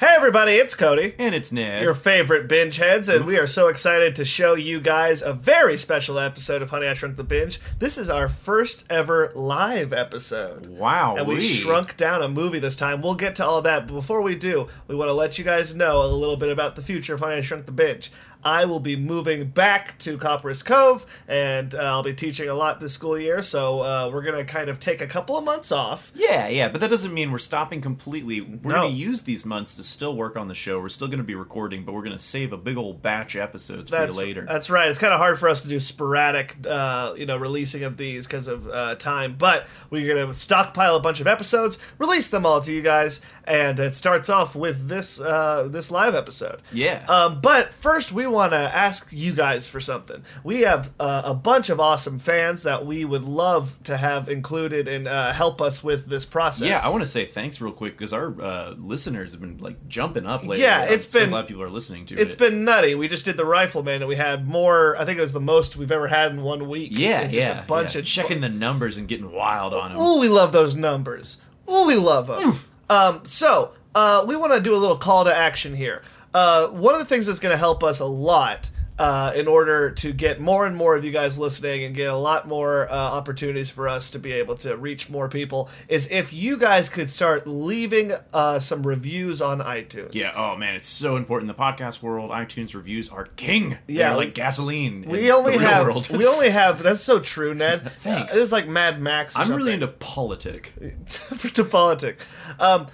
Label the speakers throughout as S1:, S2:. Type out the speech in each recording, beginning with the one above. S1: Hey everybody, it's Cody,
S2: And it's Ned.
S1: your favorite binge heads, and we are so excited to show you guys a very special episode of Honey I Shrunk the Binge. This is our first ever live episode.
S2: wow.
S1: And we shrunk down a movie this time. We'll get to all that, but before we do, we want to let you guys know a little bit about the future of Honey I Shrunk the Binge. I will be moving back to Copperas Cove, and uh, I'll be teaching a lot this school year. So uh, we're gonna kind of take a couple of months off.
S2: Yeah, yeah, but that doesn't mean we're stopping completely. We're
S1: No.
S2: going to use these months to still work on the show. We're still going to be recording, but we're going to save a big old batch of episodes for
S1: That's,
S2: you later.
S1: That's right. It's kind of hard for us to do sporadic, uh, you know, releasing of these because of uh, time. But we're gonna stockpile a bunch of episodes, release them all to you guys, and it starts off with this uh, this live episode.
S2: Yeah.
S1: Um, but first, we want to ask you guys for something. We have uh, a bunch of awesome fans that we would love to have included and uh, help us with this process.
S2: yeah, I want to say thanks real quick because our uh, listeners have been like jumping up lately.
S1: Yeah,
S2: I'm
S1: it's
S2: so
S1: been-
S2: glad people are listening to
S1: It's
S2: it.
S1: been nutty. We just did the rifleman, and we had more. I think it was the most we've ever had in one week.
S2: yeah,
S1: It's just
S2: yeah,
S1: a bunch
S2: yeah.
S1: of
S2: checking the numbers and getting wild on them.
S1: Ooh, we love those numbers. Ooh, we love them. Um, so uh, we want to do a little call to action here. Uh, one of the things that's going to help us a lot. Uh, in order to get more and more of you guys listening and get a lot more uh, opportunities for us to be able to reach more people, is if you guys could start leaving uh, some reviews on iTunes.
S2: Yeah. Oh man, it's so important. in The podcast world, iTunes reviews are king.
S1: Yeah.
S2: They're like gasoline. in
S1: we only
S2: the real
S1: have
S2: World.
S1: we only have. That's so true, Ned.
S2: Thanks.
S1: Uh, it was like Mad Max. Or
S2: I'm really
S1: something.
S2: into politic.
S1: to politic. Um,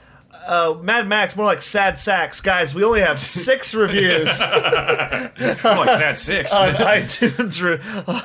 S1: uh, Mad Max, more like Sad Sacks. Guys, we only have six reviews on
S2: I'm like sad six.
S1: Uh, iTunes re-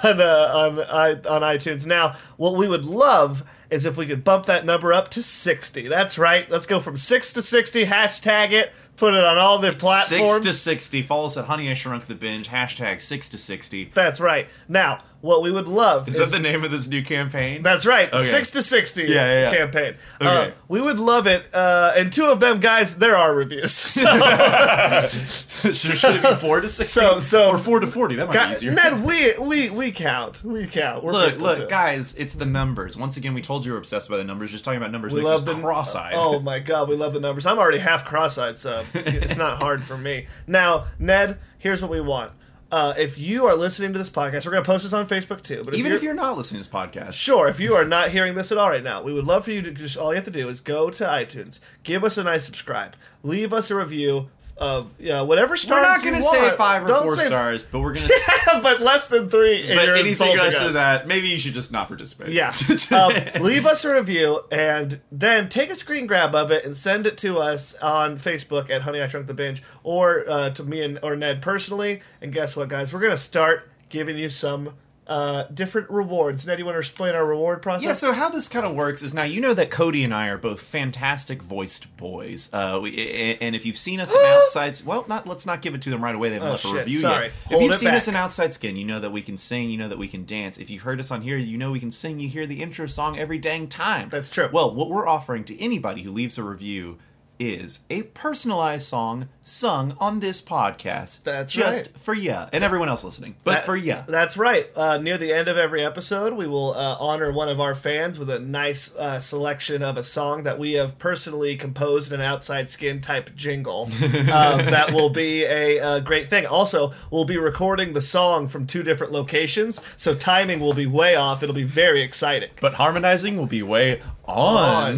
S1: on uh, on I- on iTunes. Now, what we would love is if we could bump that number up to sixty. That's right. Let's go from six to sixty. Hashtag it. Put it on all the platforms.
S2: Six to sixty. Follow us at Honey I Shrunk the Binge. Hashtag six to sixty.
S1: That's right. Now, what we would love
S2: Is that the name of this new campaign?
S1: That's right.
S2: Okay.
S1: Six to sixty
S2: Yeah, yeah, yeah.
S1: campaign. Uh,
S2: Okay.
S1: we would love it. Uh, and two of them, guys, there are reviews. So,
S2: so, should it be four to sixty?
S1: So- so-
S2: or four to forty. That might be
S1: guys,
S2: easier.
S1: Ned, we we we count. We count. We're
S2: Look,
S1: people too.
S2: look, guys! It's the numbers. Once again, we told you we're obsessed by the numbers. Just talking about numbers
S1: We
S2: makes
S1: love
S2: us
S1: the
S2: cross-eyed.
S1: Oh my god, we love the numbers. I'm already half cross-eyed, so it's not hard for me. Now, Ned, here's what we want. Uh, if you are listening to this podcast, we're going to post this on Facebook too. But if
S2: Even
S1: you're,
S2: if you're not listening to this podcast,
S1: Sure, if you are not hearing this at all right now, we would love for you to just all you have to do is go to iTunes, give us a nice subscribe, leave us a review of uh, whatever
S2: we're
S1: stars
S2: not
S1: you
S2: going to
S1: want.
S2: say five or
S1: Don't
S2: four
S1: say-
S2: stars, but we're going to
S1: but less than three. and
S2: but
S1: you're
S2: anything
S1: insulting
S2: less
S1: us.
S2: than that, maybe you should just not participate.
S1: Yeah. um, leave us a review and then take a screen grab of it and send it to us on Facebook at Honey I Shrunk the Binge or uh, to me and or Ned personally. And guess what, guys? We're gonna start giving you some uh, different rewards. Ned, you want to explain our reward process?
S2: Yeah, so how this kind of works is now you know that Cody and I are both fantastic voiced boys. Uh, we, a- and if you've seen us in outside, well, not let's not give it to them right away. They haven't left
S1: Oh, shit,
S2: a review
S1: sorry.
S2: yet.
S1: Hold
S2: if you've
S1: it
S2: seen us
S1: back.
S2: in outside skin, you know that we can sing. You know that we can dance. If you've heard us on here, you know we can sing. You hear the intro song every dang time.
S1: That's true.
S2: Well, what we're offering to anybody who leaves a review is a personalized song sung on this podcast.
S1: That's
S2: just
S1: right.
S2: for ya and everyone else listening, but
S1: That-
S2: for ya.
S1: That's right. Uh, near the end of every episode, we will uh, honor one of our fans with a nice uh, selection of a song that we have personally composed in an outside skin type jingle. um, that will be a, uh great thing. Also, we'll be recording the song from two different locations, so timing will be way off. It'll be very exciting.
S2: But harmonizing will be way
S1: On
S2: on.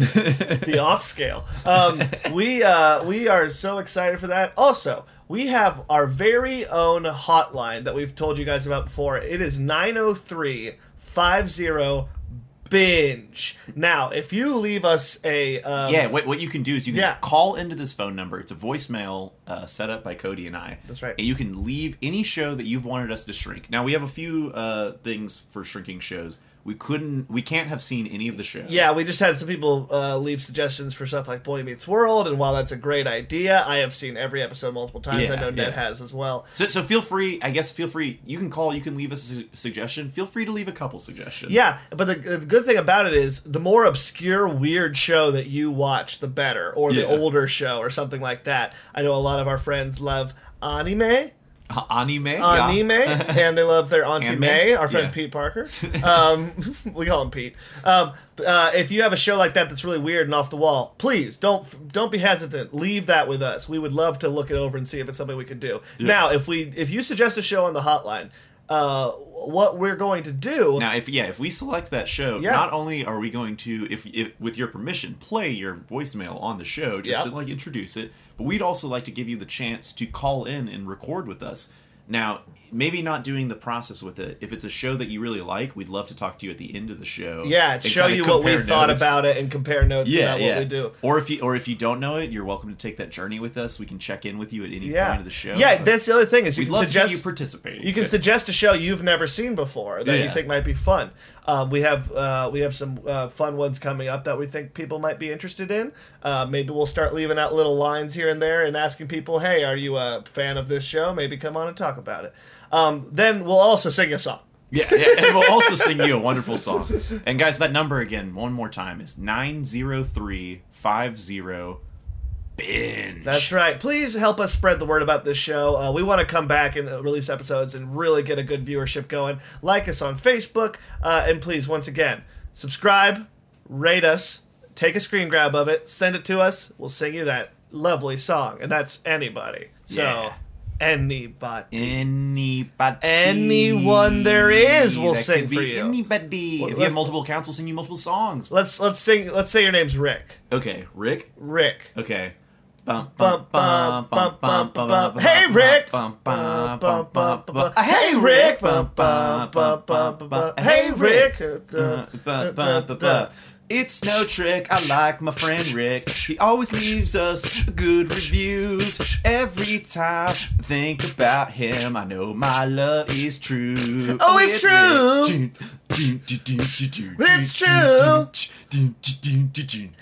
S1: the off scale. Um, we uh, we are so excited for that. Also, we have our very own hotline that we've told you guys about before. It is 903 50 binge. Now, if you leave us a um,
S2: Yeah, what, what you can do is you can
S1: Yeah.
S2: call into this phone number. It's a voicemail uh, set up by Cody and I.
S1: That's right.
S2: And you can leave any show that you've wanted us to shrink. Now we have a few uh, things for shrinking shows. We couldn't, we can't have seen any of the show.
S1: Yeah, we just had some people uh, leave suggestions for stuff like Boy Meets World, and while that's a great idea, I have seen every episode multiple times. I
S2: Yeah,
S1: know Ned
S2: yeah.
S1: has as well.
S2: So, so feel free. I guess feel free. You can call. You can leave us a su- suggestion. Feel free to leave a couple suggestions.
S1: Yeah, but the, the good thing about it is the more obscure, weird show that you watch, the better, or the
S2: Yeah.
S1: older show, or something like that. I know a lot of our friends love anime.
S2: A- anime. yeah.
S1: Anime, and they love their Auntie
S2: Anime?
S1: May, our friend
S2: Yeah.
S1: Pete Parker. Um, we call him Pete. Um, uh, if you have a show like that that's really weird and off the wall, please don't don't be hesitant. Leave that with us. We would love to look it over and see if it's something we could do. Now, if we if you suggest a show on the hotline, uh, what we're going to do
S2: Now, if yeah, if we select that show,
S1: Yeah.
S2: not only are we going to, if, if with your permission, play your voicemail on the show just
S1: Yeah.
S2: to like introduce it, but we'd also like to give you the chance to call in and record with us. Now, maybe not doing the process with it. If it's a show that you really like, we'd love to talk to you at the end of the show.
S1: yeah,
S2: and
S1: show
S2: kinda
S1: you what we
S2: compare
S1: thought
S2: notes.
S1: about it and compare notes
S2: Yeah,
S1: about
S2: yeah.
S1: what we do.
S2: Or if you or if you don't know it, you're welcome to take that journey with us. We can check in with you at any
S1: Yeah,
S2: point of the show.
S1: yeah. That's the other thing is you
S2: we'd
S1: can
S2: love
S1: suggest
S2: to get you participating.
S1: You can suggest a show you've never seen before that you
S2: Yeah.
S1: think might be fun. Um, we have uh, we have some uh, fun ones coming up that we think people might be interested in. Uh, maybe we'll start leaving out little lines here and there and asking people, "Hey, are you a fan of this show? Maybe come on and talk about it." Um, then we'll also sing a song.
S2: Yeah, yeah, and we'll also sing you a wonderful song. And guys, that number again, one more time, is 90350 binge.
S1: That's right. Please help us spread the word about this show. Uh, we want to come back and uh, release episodes and really get a good viewership going. Like us on Facebook, uh, and please, once again, subscribe, rate us, take a screen grab of it, send it to us. We'll sing you that lovely song, and that's anybody. So
S2: Yeah.
S1: anybody.
S2: Anybody.
S1: Anyone there is will
S2: That could
S1: sing
S2: be
S1: for you.
S2: Anybody. if you
S1: let's-
S2: have multiple accounts, we'll sing you multiple songs.
S1: Let's let's sing. Let's say your name's Rick.
S2: Okay, Rick.
S1: Rick.
S2: Okay. Bum,
S1: Bum, bum, bum, bum, bum, bum. Hey, Rick.
S2: Bum,
S1: Bum,
S2: bum,
S1: bum, bum, bum.
S2: bum. Hey, Rick.
S1: Bum, bum, bum, bum, bum. Hey, Rick.
S2: Uh, bu- bu- bu- bu- It's no trick. I like my friend Rick. He always leaves us good reviews. Every time I think about him, I know my love is true.
S1: Oh, it's
S2: true.
S1: It's
S2: true.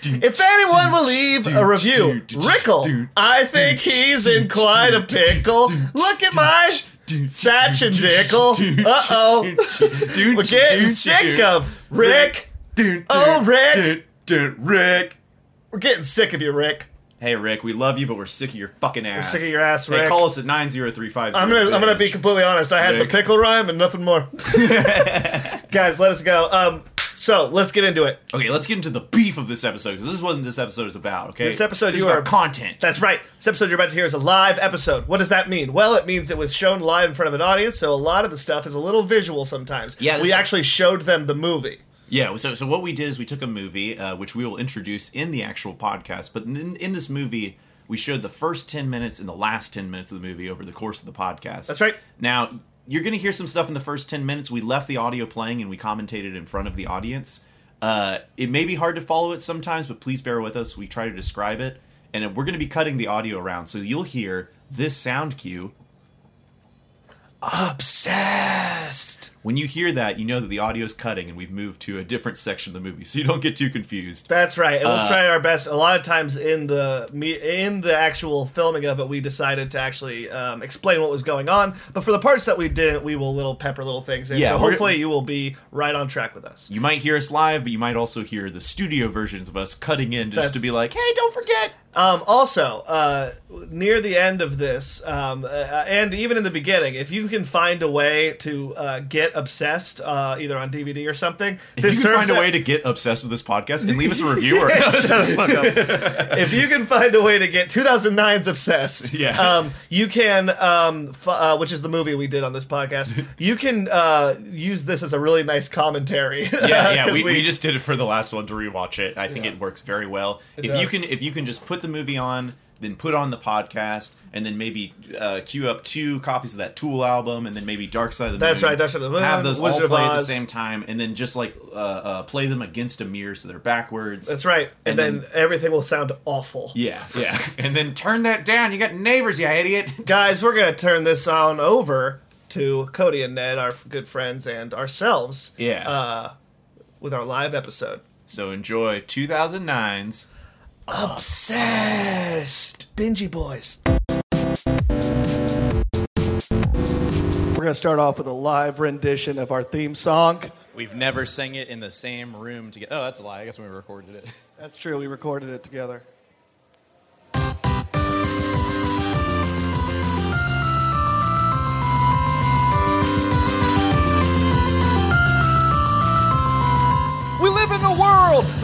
S1: If anyone will leave a review, Rickle, I think he's in quite a pickle. Look at my satch and dickle. Uh oh. We're
S2: We're
S1: getting sick of Rick. Oh, Rick.
S2: Rick.
S1: We're getting sick of you, Rick.
S2: Hey, Rick, we love you, but we're sick of your fucking ass.
S1: sick of your ass,
S2: Hey,
S1: Rick.
S2: call us at 90350.
S1: I'm gonna I'm gonna be completely honest. I had
S2: Rick.
S1: the pickle rhyme and nothing more. Guys, let us go. Um, so let's get into it.
S2: Okay, let's get into the beef of this episode, because this is what this episode is about, okay?
S1: This episode
S2: this
S1: you
S2: is
S1: are-
S2: about content.
S1: That's right. This episode you're about to hear is a live episode. What does that mean? Well, it means it was shown live in front of an audience, so a lot of the stuff is a little visual sometimes.
S2: Yeah, this
S1: we
S2: is-
S1: actually showed them the movie.
S2: Yeah, so so what we did is we took a movie, uh, which we will introduce in the actual podcast. But in, in this movie, we showed the first ten minutes and the last ten minutes of the movie over the course of the podcast.
S1: That's right.
S2: Now you're going to hear some stuff in the first ten minutes. We left the audio playing and we commentated in front of the audience. Uh, it may be hard to follow it sometimes, but please bear with us. We try to describe it, and we're going to be cutting the audio around, so you'll hear this sound cue.
S1: Obsessed.
S2: When you hear that, you know that the audio is cutting, and we've moved to a different section of the movie, so you don't get too confused.
S1: That's right. And we'll
S2: Uh,
S1: try our best. A lot of times in the me- in the actual filming of it, we decided to actually um, explain what was going on. But for the parts that we didn't, we will little pepper little things in.
S2: Yeah,
S1: so
S2: we're-
S1: hopefully you will be right on track with us.
S2: You might hear us live, but you might also hear the studio versions of us cutting in just
S1: That's-
S2: to be like, "Hey, don't forget."
S1: Um, also, uh, near the end of this, um, uh, and even in the beginning, if you can find a way to uh, get obsessed, uh, either on DVD or something,
S2: If
S1: this
S2: you can
S1: serves
S2: find a
S1: that-
S2: way to get obsessed with this podcast and leave us a review, or
S1: Shut the fuck up. if you can find a way to get 2009's obsessed,
S2: Yeah.
S1: um, you can, um, f- uh, which is the movie we did on this podcast, you can uh, use this as a really nice commentary.
S2: yeah, yeah,
S1: 'Cause
S2: we, we, just did it for the last one to rewatch it. I think it works very well. if you
S1: does.
S2: can, if you can just put the movie on, then put on the podcast, and then maybe uh, queue up two copies of that Tool album, and then maybe Dark Side of the
S1: That's
S2: Moon.
S1: right, Dark Side of the Moon,
S2: Have those
S1: Wizard
S2: all
S1: of
S2: play at the
S1: Oz.
S2: same time, and then just like uh, uh, play them against a mirror so they're backwards.
S1: That's right. And,
S2: And
S1: then,
S2: then-
S1: everything will sound awful.
S2: Yeah, yeah, and then turn that down. You got neighbors, you idiot.
S1: Guys, we're going to turn this on over to Cody and Ned, our f- good friends, and ourselves
S2: Yeah.
S1: uh, with our live episode.
S2: So enjoy 2009's.
S1: Obsessed. Bingy Boys. We're going to start off with a live rendition of our theme song.
S3: We've never sang it in the same room together. Oh, that's a lie. I guess when we recorded it.
S1: That's true, we recorded it together.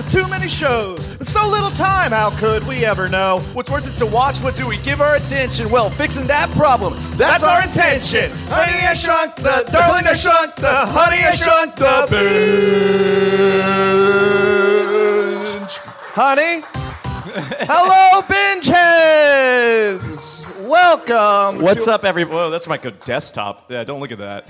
S1: Too many shows, with so little time, how could we ever know? What's worth it to watch? What do we give our attention? Well, fixing that problem, that's, our intention. Honey, I shrunk the, darling, I shrunk the, honey, I shrunk the binge. Honey? Hello, binge heads! Welcome.
S2: What's
S1: to-
S2: up, every? Whoa, that's my desktop. Yeah, don't look at that.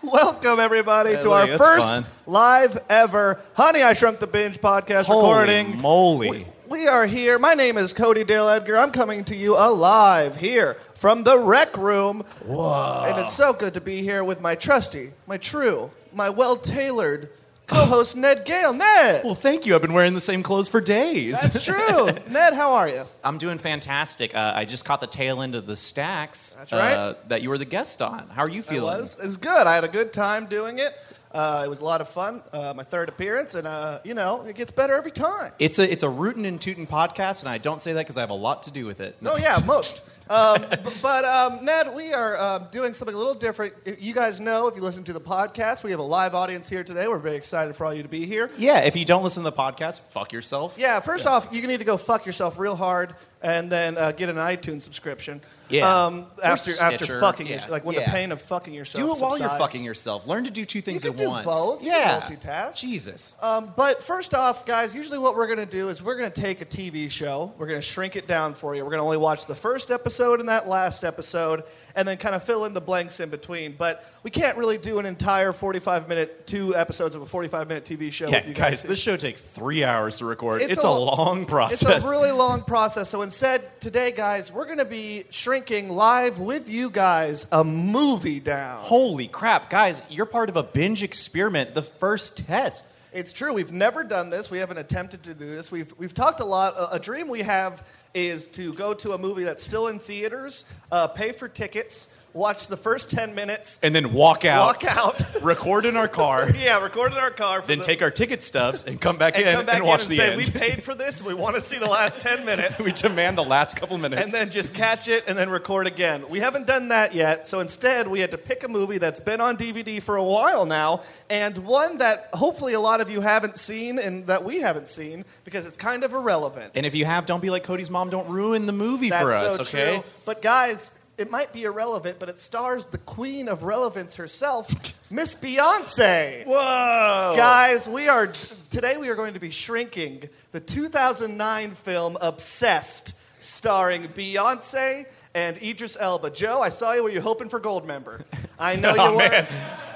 S1: Welcome everybody to our
S2: look, that's
S1: first
S2: fun.
S1: live ever "Honey, I Shrunk the Binge" podcast recording.
S2: moly!
S1: We, we are here. My name is Cody Dale Edgar. I'm coming to you alive here from the rec room. Whoa! And it's so good to be here with my trusty, my true, my well-tailored co-host Ned Gale. Ned,
S2: Well, thank you. I've been wearing the same clothes for days.
S1: that's true. Ned, how are you?
S3: I'm doing fantastic. Uh, I just caught the tail end of the stacks
S1: That's right.
S3: uh, that you were the guest on. How are you
S1: It
S3: feeling?
S1: was. It was good. I had a good time doing it. Uh, it was a lot of fun. Uh, my third appearance, and uh, you know, it gets better every time.
S3: It's a it's a rootin' and tootin' podcast, and I don't say that because I have a lot to do with it.
S1: Oh yeah, most. Um, b- but um, Ned, we are um, doing something a little different. If You guys know if you listen to the podcast, we have a live audience here today. We're very excited for all you to be here.
S3: Yeah, if you don't listen to the podcast, fuck yourself.
S1: Yeah, first off, you need to go fuck yourself real hard, and then uh, get an iTunes subscription.
S3: Yeah.
S1: Um,
S3: Or
S1: after after
S3: Stitcher.
S1: fucking
S3: Yeah.
S1: yourself, like when the
S3: Yeah.
S1: pain of fucking yourself.
S3: Do it while you're
S1: subsides.
S3: fucking yourself. Learn to do two things
S1: You
S3: at
S1: can do
S3: once.
S1: both. You can
S3: Yeah.
S1: multitask.
S3: Jesus.
S1: Um, but first off, guys, usually what we're going to do is we're going to take a TV show, we're going to shrink it down for you. We're going to only watch the first episode and that last episode, and then kind of fill in the blanks in between. But we can't really do an entire 45 minute, two episodes of a 45 minute TV show
S2: Yeah,
S1: with you
S2: guys,
S1: guys.
S2: this show takes three hours to record.
S1: It's
S2: It's,
S1: a
S2: a,
S1: lo-
S2: long
S1: it's
S2: process.
S1: a really long process. So instead, today, guys, we're going to be shrinking live with you guys a movie down.
S3: Holy crap, guys! You're part of a binge experiment. The first test.
S1: It's true. We've never done this. We haven't attempted to do this. We've we've talked a lot. A, a dream we have is to go to a movie that's still in theaters, uh, pay for tickets, watch the first ten minutes,
S2: and then walk out,
S1: walk out.
S2: record in our car,
S1: yeah, record in our car. For
S2: then
S1: the,
S2: take our ticket stubs and come back
S1: and
S2: in
S1: come back
S2: and
S1: in
S2: watch
S1: and
S2: the
S1: say
S2: end.
S1: we paid for this. We want to see the last ten minutes.
S2: we demand the last couple minutes.
S1: and then just catch it and then record again. We haven't done that yet, so instead we had to pick a movie that's been on DVD for a while now, and one that hopefully a lot of you haven't seen and that we haven't seen because it's kind of irrelevant.
S3: And if you have, don't be like Cody's mom. Don't ruin the movie
S1: That's
S3: for us.
S1: so
S3: okay.
S1: true. But guys, it might be irrelevant, but it stars the queen of relevance herself, Miss Beyonce.
S3: Oh.
S2: Whoa!
S1: Guys, we are today we are going to be shrinking the 2009 film Obsessed starring Beyonce and Idris Elba. Joe, I saw you were you hoping for gold member. I know you
S2: Oh,
S1: were.
S2: man.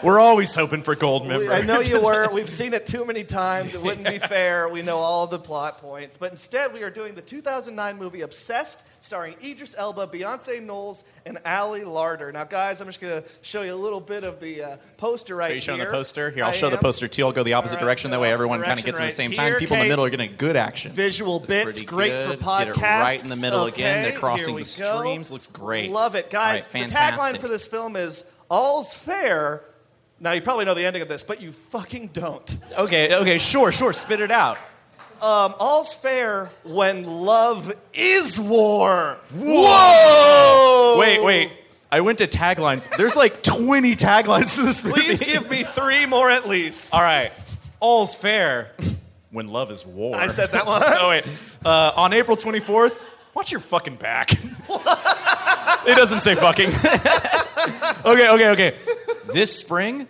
S2: We're always hoping for gold
S1: We-
S2: member.
S1: I know you were. We've seen it too many times. It wouldn't be fair. We know all the plot points. But instead, we are doing the 2009 movie Obsessed, starring Idris Elba, Beyonce Knowles, and Ali Larder. Now, guys, I'm just going to show you a little bit of the uh, poster right
S3: Are you showing
S1: here.
S3: the poster? Here, I'll
S1: I
S3: show the
S1: am.
S3: poster too. I'll go the opposite
S1: All right,
S3: direction.
S1: go
S3: That way,
S1: opposite
S3: everyone kind of gets them at
S1: direction
S3: the same
S1: right
S3: time.
S1: here,
S3: People in
S1: Kate.
S3: the middle are getting good action.
S1: Visual
S3: It's
S1: bits,
S3: pretty
S1: great for
S3: good.
S1: podcasts.
S3: Let's Get it right in the middle
S1: okay,
S3: again. They're
S1: here
S3: crossing
S1: we
S3: the
S1: go.
S3: streams. Looks great.
S1: Love it, guys.
S3: All right,
S1: the tagline
S3: fantastic.
S1: for this film is "All's fair." Now you probably know the ending of this, but you fucking don't.
S3: Okay, okay, sure, sure. Spit it out.
S1: Um, all's fair when love is war.
S2: Whoa! Wait, wait. I went to taglines. There's like 20 taglines to this movie.
S1: Please give me three more at least.
S2: All right. All's fair when love is war.
S1: I said that one.
S2: Oh, wait. Uh, on April 24th, watch your fucking back. it doesn't say fucking. okay, okay, okay. This spring,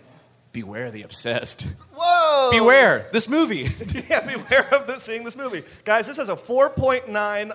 S2: beware the obsessed.
S1: Whoa!
S2: Beware this movie.
S1: Yeah, beware of this, seeing this movie, guys. This has a 4.9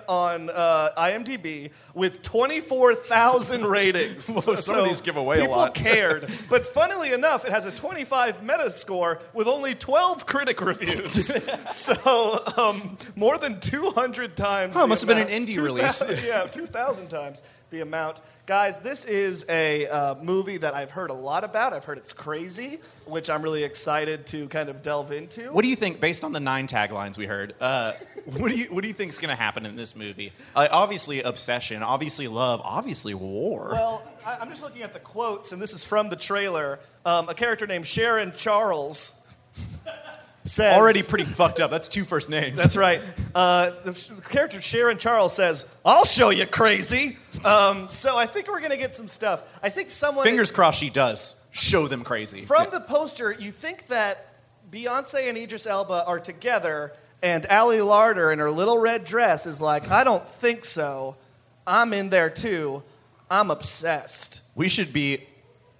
S1: on uh, IMDb with 24,000 ratings.
S2: Whoa, some of these give away a
S1: people
S2: lot.
S1: cared, but funnily enough, it has a 25 Meta score with only 12 critic reviews. so um, more than 200 times.
S3: Huh,
S1: the
S3: must have been an
S1: amount-
S3: indie
S1: 2,000
S3: release.
S1: yeah, 2,000 times the amount. Guys, this is a uh, movie that I've heard a lot about. I've heard it's crazy, which I'm really excited to kind of delve into.
S3: What do you think, based on the nine taglines we heard? Uh, what do you what do you think's going to happen in this movie? Uh, obviously, obsession. Obviously, love. Obviously, war.
S1: Well, I, I'm just looking at the quotes, and this is from the trailer. Um, a character named Sharon Charles says.
S3: Already pretty fucked up. That's two first names.
S1: That's right. Uh, the sh- the character Sharon Charles says, "I'll show you crazy." Um, so I think we're gonna get some stuff. I think someone
S3: Fingers crossed, she does show them crazy.
S1: from the poster, you think that Beyonce and Idris Elba are together, And Allie Larder in her little red dress is like, I don't think so. I'm in there too. I'm obsessed.
S3: We should be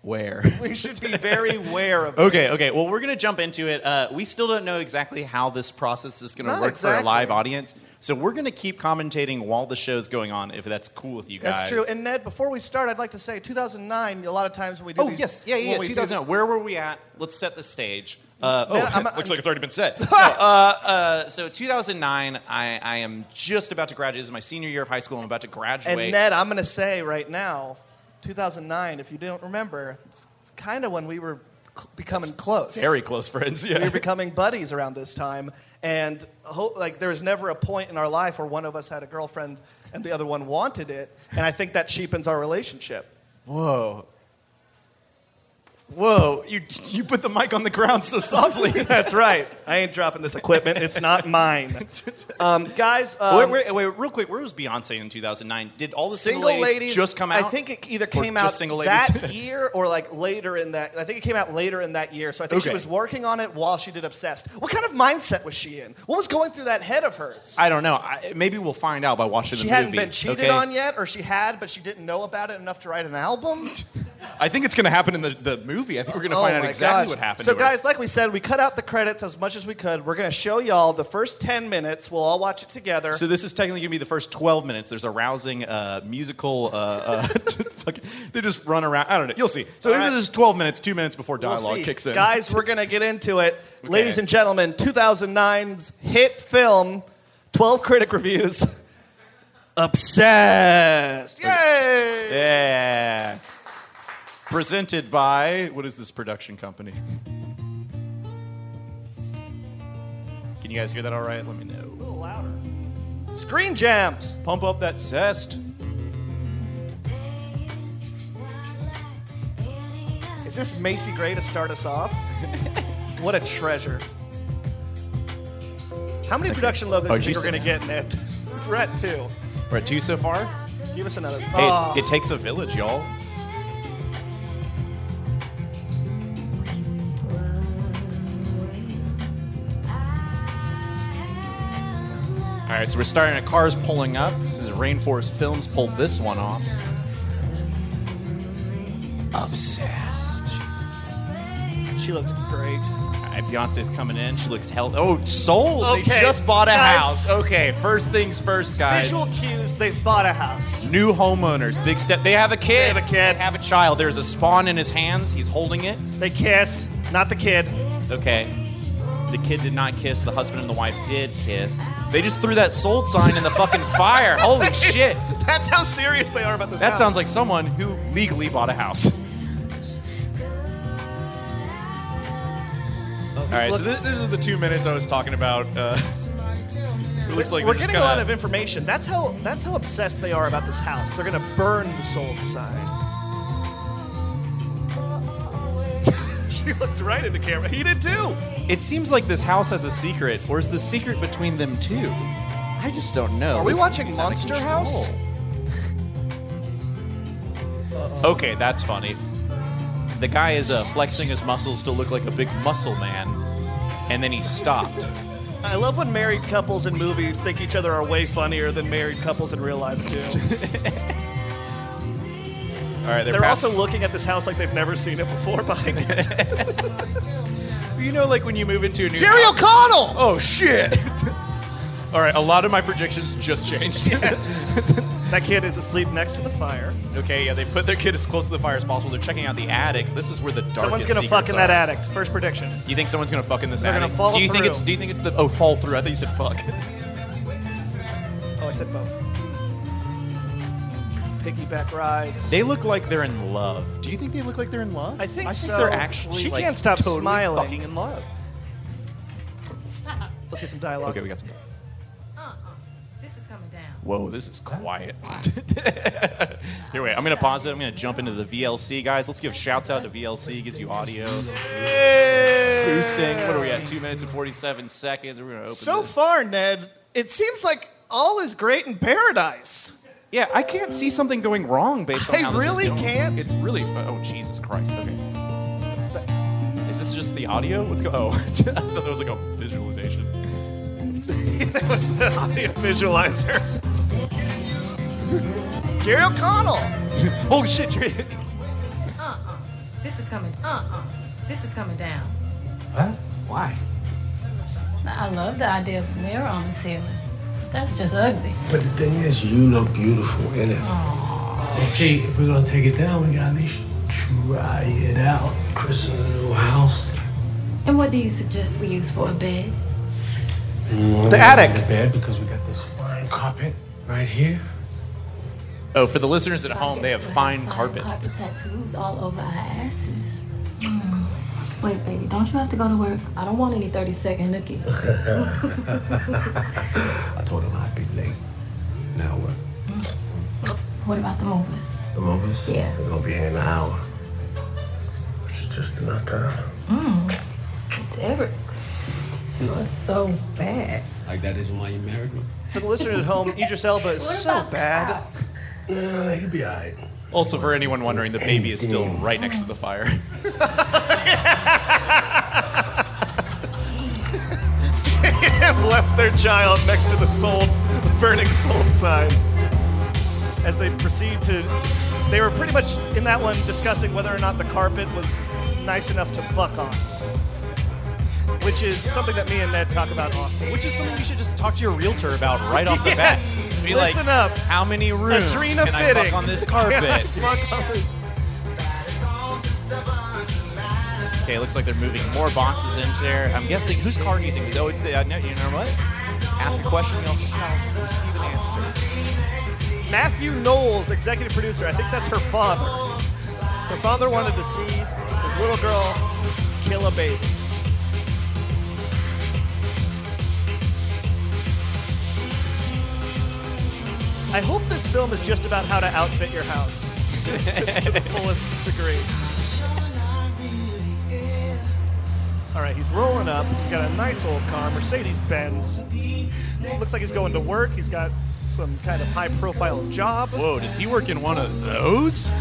S3: where?
S1: We should be very aware of
S3: okay, okay. Well, we're going to jump into it. Uh, we still don't know exactly how this process is going to
S1: Not
S3: work for a
S1: exactly.
S3: live audience. So we're going to keep commentating while the show's going on, if that's cool with you guys.
S1: That's true. And Ned, before we start, I'd like to say 2009. A lot of times when we do
S3: oh,
S1: these,
S3: yes. Yeah, yeah,
S1: when
S3: yeah.
S1: we do-
S3: 2009. Where were we at? Let's set the stage. Uh, oh,
S1: Man, I'm-
S3: looks like it's already been set. No, uh, uh, so 2009, I, I am just about to graduate. This is my senior year of high school. I'm about to graduate.
S1: And Ned, I'm going to say right now, 2009. If you don't remember, it's, it's kind of when we were cl- becoming close.
S3: Very close friends, yeah.
S1: we were becoming buddies around this time, and ho- like there was never a point in our life where one of us had a girlfriend and the other one wanted it, and I think that cheapens our relationship.
S3: Whoa. Whoa, you, you put the mic on the ground so softly.
S1: That's right. I ain't dropping this equipment. It's not mine. Um, guys, um,
S3: wait, wait, wait, real quick, where was Beyonce in 2009? Did all the single,
S1: Single
S3: ladies,
S1: Ladies
S3: just come out?
S1: I think it either
S3: Or
S1: came
S3: just
S1: out
S3: Single Ladies?
S1: that year or like later in that. I think it came out later in that year. So I think she
S3: Okay.
S1: was working on it while she did Obsessed. What kind of mindset was she in? What was going through that head of hers?
S3: I don't know. I, maybe we'll find out by watching
S1: she
S3: the
S1: hadn't
S3: movie.
S1: been cheated
S3: okay?
S1: on yet, or she had, but she didn't know about it enough to write an album.
S3: I think it's going to happen in the, the movie. I think we're going to
S1: Oh
S3: find out
S1: my
S3: exactly
S1: gosh.
S3: what happened.
S1: So,
S3: to her.
S1: guys, like we said, we cut out the credits as much as we could. We're going to show y'all the first 10 minutes. We'll all watch it together.
S3: So this is technically gonna be the first 12 minutes. There's a rousing uh, musical. Uh, uh, fucking- they just run around. I don't know. You'll see. So
S1: All
S3: this
S1: right.
S3: is 12 minutes, two minutes before
S1: We'll
S3: dialogue
S1: see.
S3: kicks in.
S1: Guys, we're going to get into it. Ladies and gentlemen, 2009's hit film, 12 critic reviews, Obsessed. Yay!
S3: yeah. Presented by what is this production company? Can you guys hear that all right? Let me know.
S1: A little louder. Screen jams.
S3: Pump up that zest.
S1: Is this Macy Gray to start us off? what a treasure. How many production logos
S3: Oh,
S1: do you think
S3: Jesus.
S1: we're going to get in it? We're at two.
S3: We're at two so far.
S1: Give us another.
S3: Hey,
S1: Oh.
S3: it takes a village, y'all. All right, so we're starting at cars pulling up. This is Rainforest Films pulled this one off. Obsessed.
S1: she looks great.
S3: All right, Beyonce's coming in. She looks hell. Oh, sold. They
S1: Okay,
S3: just bought a
S1: guys.
S3: house. Okay, first things first, guys.
S1: Visual cues, they bought a house.
S3: New homeowners, big step. They have a kid.
S1: They have a kid.
S3: Have a child. There's a spawn in his hands. He's holding it.
S1: They kiss, not the kid.
S3: Okay. The kid did not kiss. The husband and the wife did kiss. They just threw that sold sign in the fucking fire. Holy shit.
S1: That's how serious they are about this.
S3: That sounds like someone who legally bought a house. All right, so this, this is the two minutes I was talking about. Uh, it looks like
S1: we're
S3: they're just
S1: getting a lot
S3: kinda-
S1: of information. That's how that's how obsessed they are about this house. They're gonna burn the soul side. she looked right in the camera. He did too.
S3: It seems like this house has a secret, or is the secret between them two? I just don't know.
S1: Are we
S3: This
S1: watching
S3: movie's out of
S1: Monster House?
S3: control. Okay, that's funny. The guy is uh, flexing his muscles to look like a big muscle man, and then he stopped.
S1: I love when married couples in movies think each other are way funnier than married couples in real life too.
S3: All right, they're,
S1: They're
S3: pass-
S1: also looking at this house like they've never seen it before. Behind it.
S3: you know, like when you move into a new
S1: Jerry
S3: house-
S1: O'Connell.
S3: Oh shit! All right, a lot of my predictions just changed.
S1: That kid is asleep next to the fire.
S3: okay, yeah, they put their kid as close to the fire as possible. They're checking out the attic. This is where the darkest.
S1: Someone's gonna fuck
S3: secrets
S1: in that
S3: are.
S1: attic. First prediction.
S3: You think someone's gonna fuck in this
S1: They're
S3: attic?
S1: gonna fall
S3: do you think
S1: through.
S3: it's? Do you think it's the? Oh, fall through. I thought you said fuck.
S1: Oh, I said both. Piggyback rides.
S3: They look like they're in love. Do you think they look like they're in love?
S1: I think
S3: I think
S1: so.
S3: they're actually.
S1: She
S3: like,
S1: can't stop
S3: totally
S1: smiling.
S3: Fucking in love.
S1: Let's get some dialogue.
S3: Okay, we got some.
S4: Uh-uh. This is coming down.
S3: Whoa, this is quiet. Here, wait. I'm gonna pause it. I'm gonna jump into the VLC, guys. Let's give shouts out to VLC. Gives you audio boosting. What are we at? Two minutes and forty-seven seconds. We're gonna open.
S1: So
S3: this.
S1: far, Ned, it seems like all is great in paradise.
S3: yeah, I can't see something going wrong based on
S1: I
S3: how this is
S1: really
S3: going.
S1: can't.
S3: It's really. fu- Oh Jesus Christ. Okay. Is this just the audio? What's go? Oh, I thought that was like a visualization. that was the audio visualizer.
S5: Jerry O'Connell.
S3: Holy shit, Jerry.
S4: Uh-uh. This is coming. Uh-uh. This is coming down.
S3: What? Why?
S4: I love the idea of the mirror on the ceiling. That's just ugly.
S6: But the thing is, you look beautiful in it. Okay, if we're gonna take it down, we gotta at least try it out. Christen the new house.
S4: And what do you suggest we use for a bed?
S6: The
S5: attic.
S6: The bed because we got this fine carpet right here.
S3: Oh, for the listeners at home, they have fine carpet.
S4: Carpet tattoos all over our asses. Mm. Wait, baby, don't you have to go to work? I don't want any 30 second nookie.
S6: I told him I'd be late. Now what?
S4: What about the movers?
S6: The movers?
S4: Yeah.
S6: They're gonna be here in an hour. Which is just enough time.
S4: It's ever. It's so bad.
S6: Like that isn't why you married me?
S5: For the listener at home, Idris Elba is so bad.
S6: Yeah, Uh, he'll be alright.
S3: Also, for anyone wondering, the baby is still right next to the fire.
S7: Left their child next to the sold, burning sold sign.
S5: As they proceed to, they were pretty much in that one discussing whether or not the carpet was nice enough to fuck on, which is something that me and Ned talk about often.
S3: Which is something you should just talk to your realtor about right off the
S5: Yes.
S3: bat. Be
S5: Listen
S3: like,
S5: up.
S3: How many rooms
S5: Adrena
S3: can I
S5: fitting.
S3: fuck on this carpet?
S5: Fuck on.
S3: okay, looks like they're moving more boxes into there. I'm guessing whose car do you think? Oh, it's the. Uh, no, you know what? Ask a question, you'll shall receive an answer.
S5: Matthew Knowles, executive producer. I think that's her father. Her father wanted to see his little girl kill a baby. I hope this film is just about how to outfit your house to, to- to the fullest degree. All right, he's rolling up. He's got a nice old car, Mercedes Benz. Looks like he's going to work. He's got some kind of high-profile job.
S3: Whoa, does he work in one of those?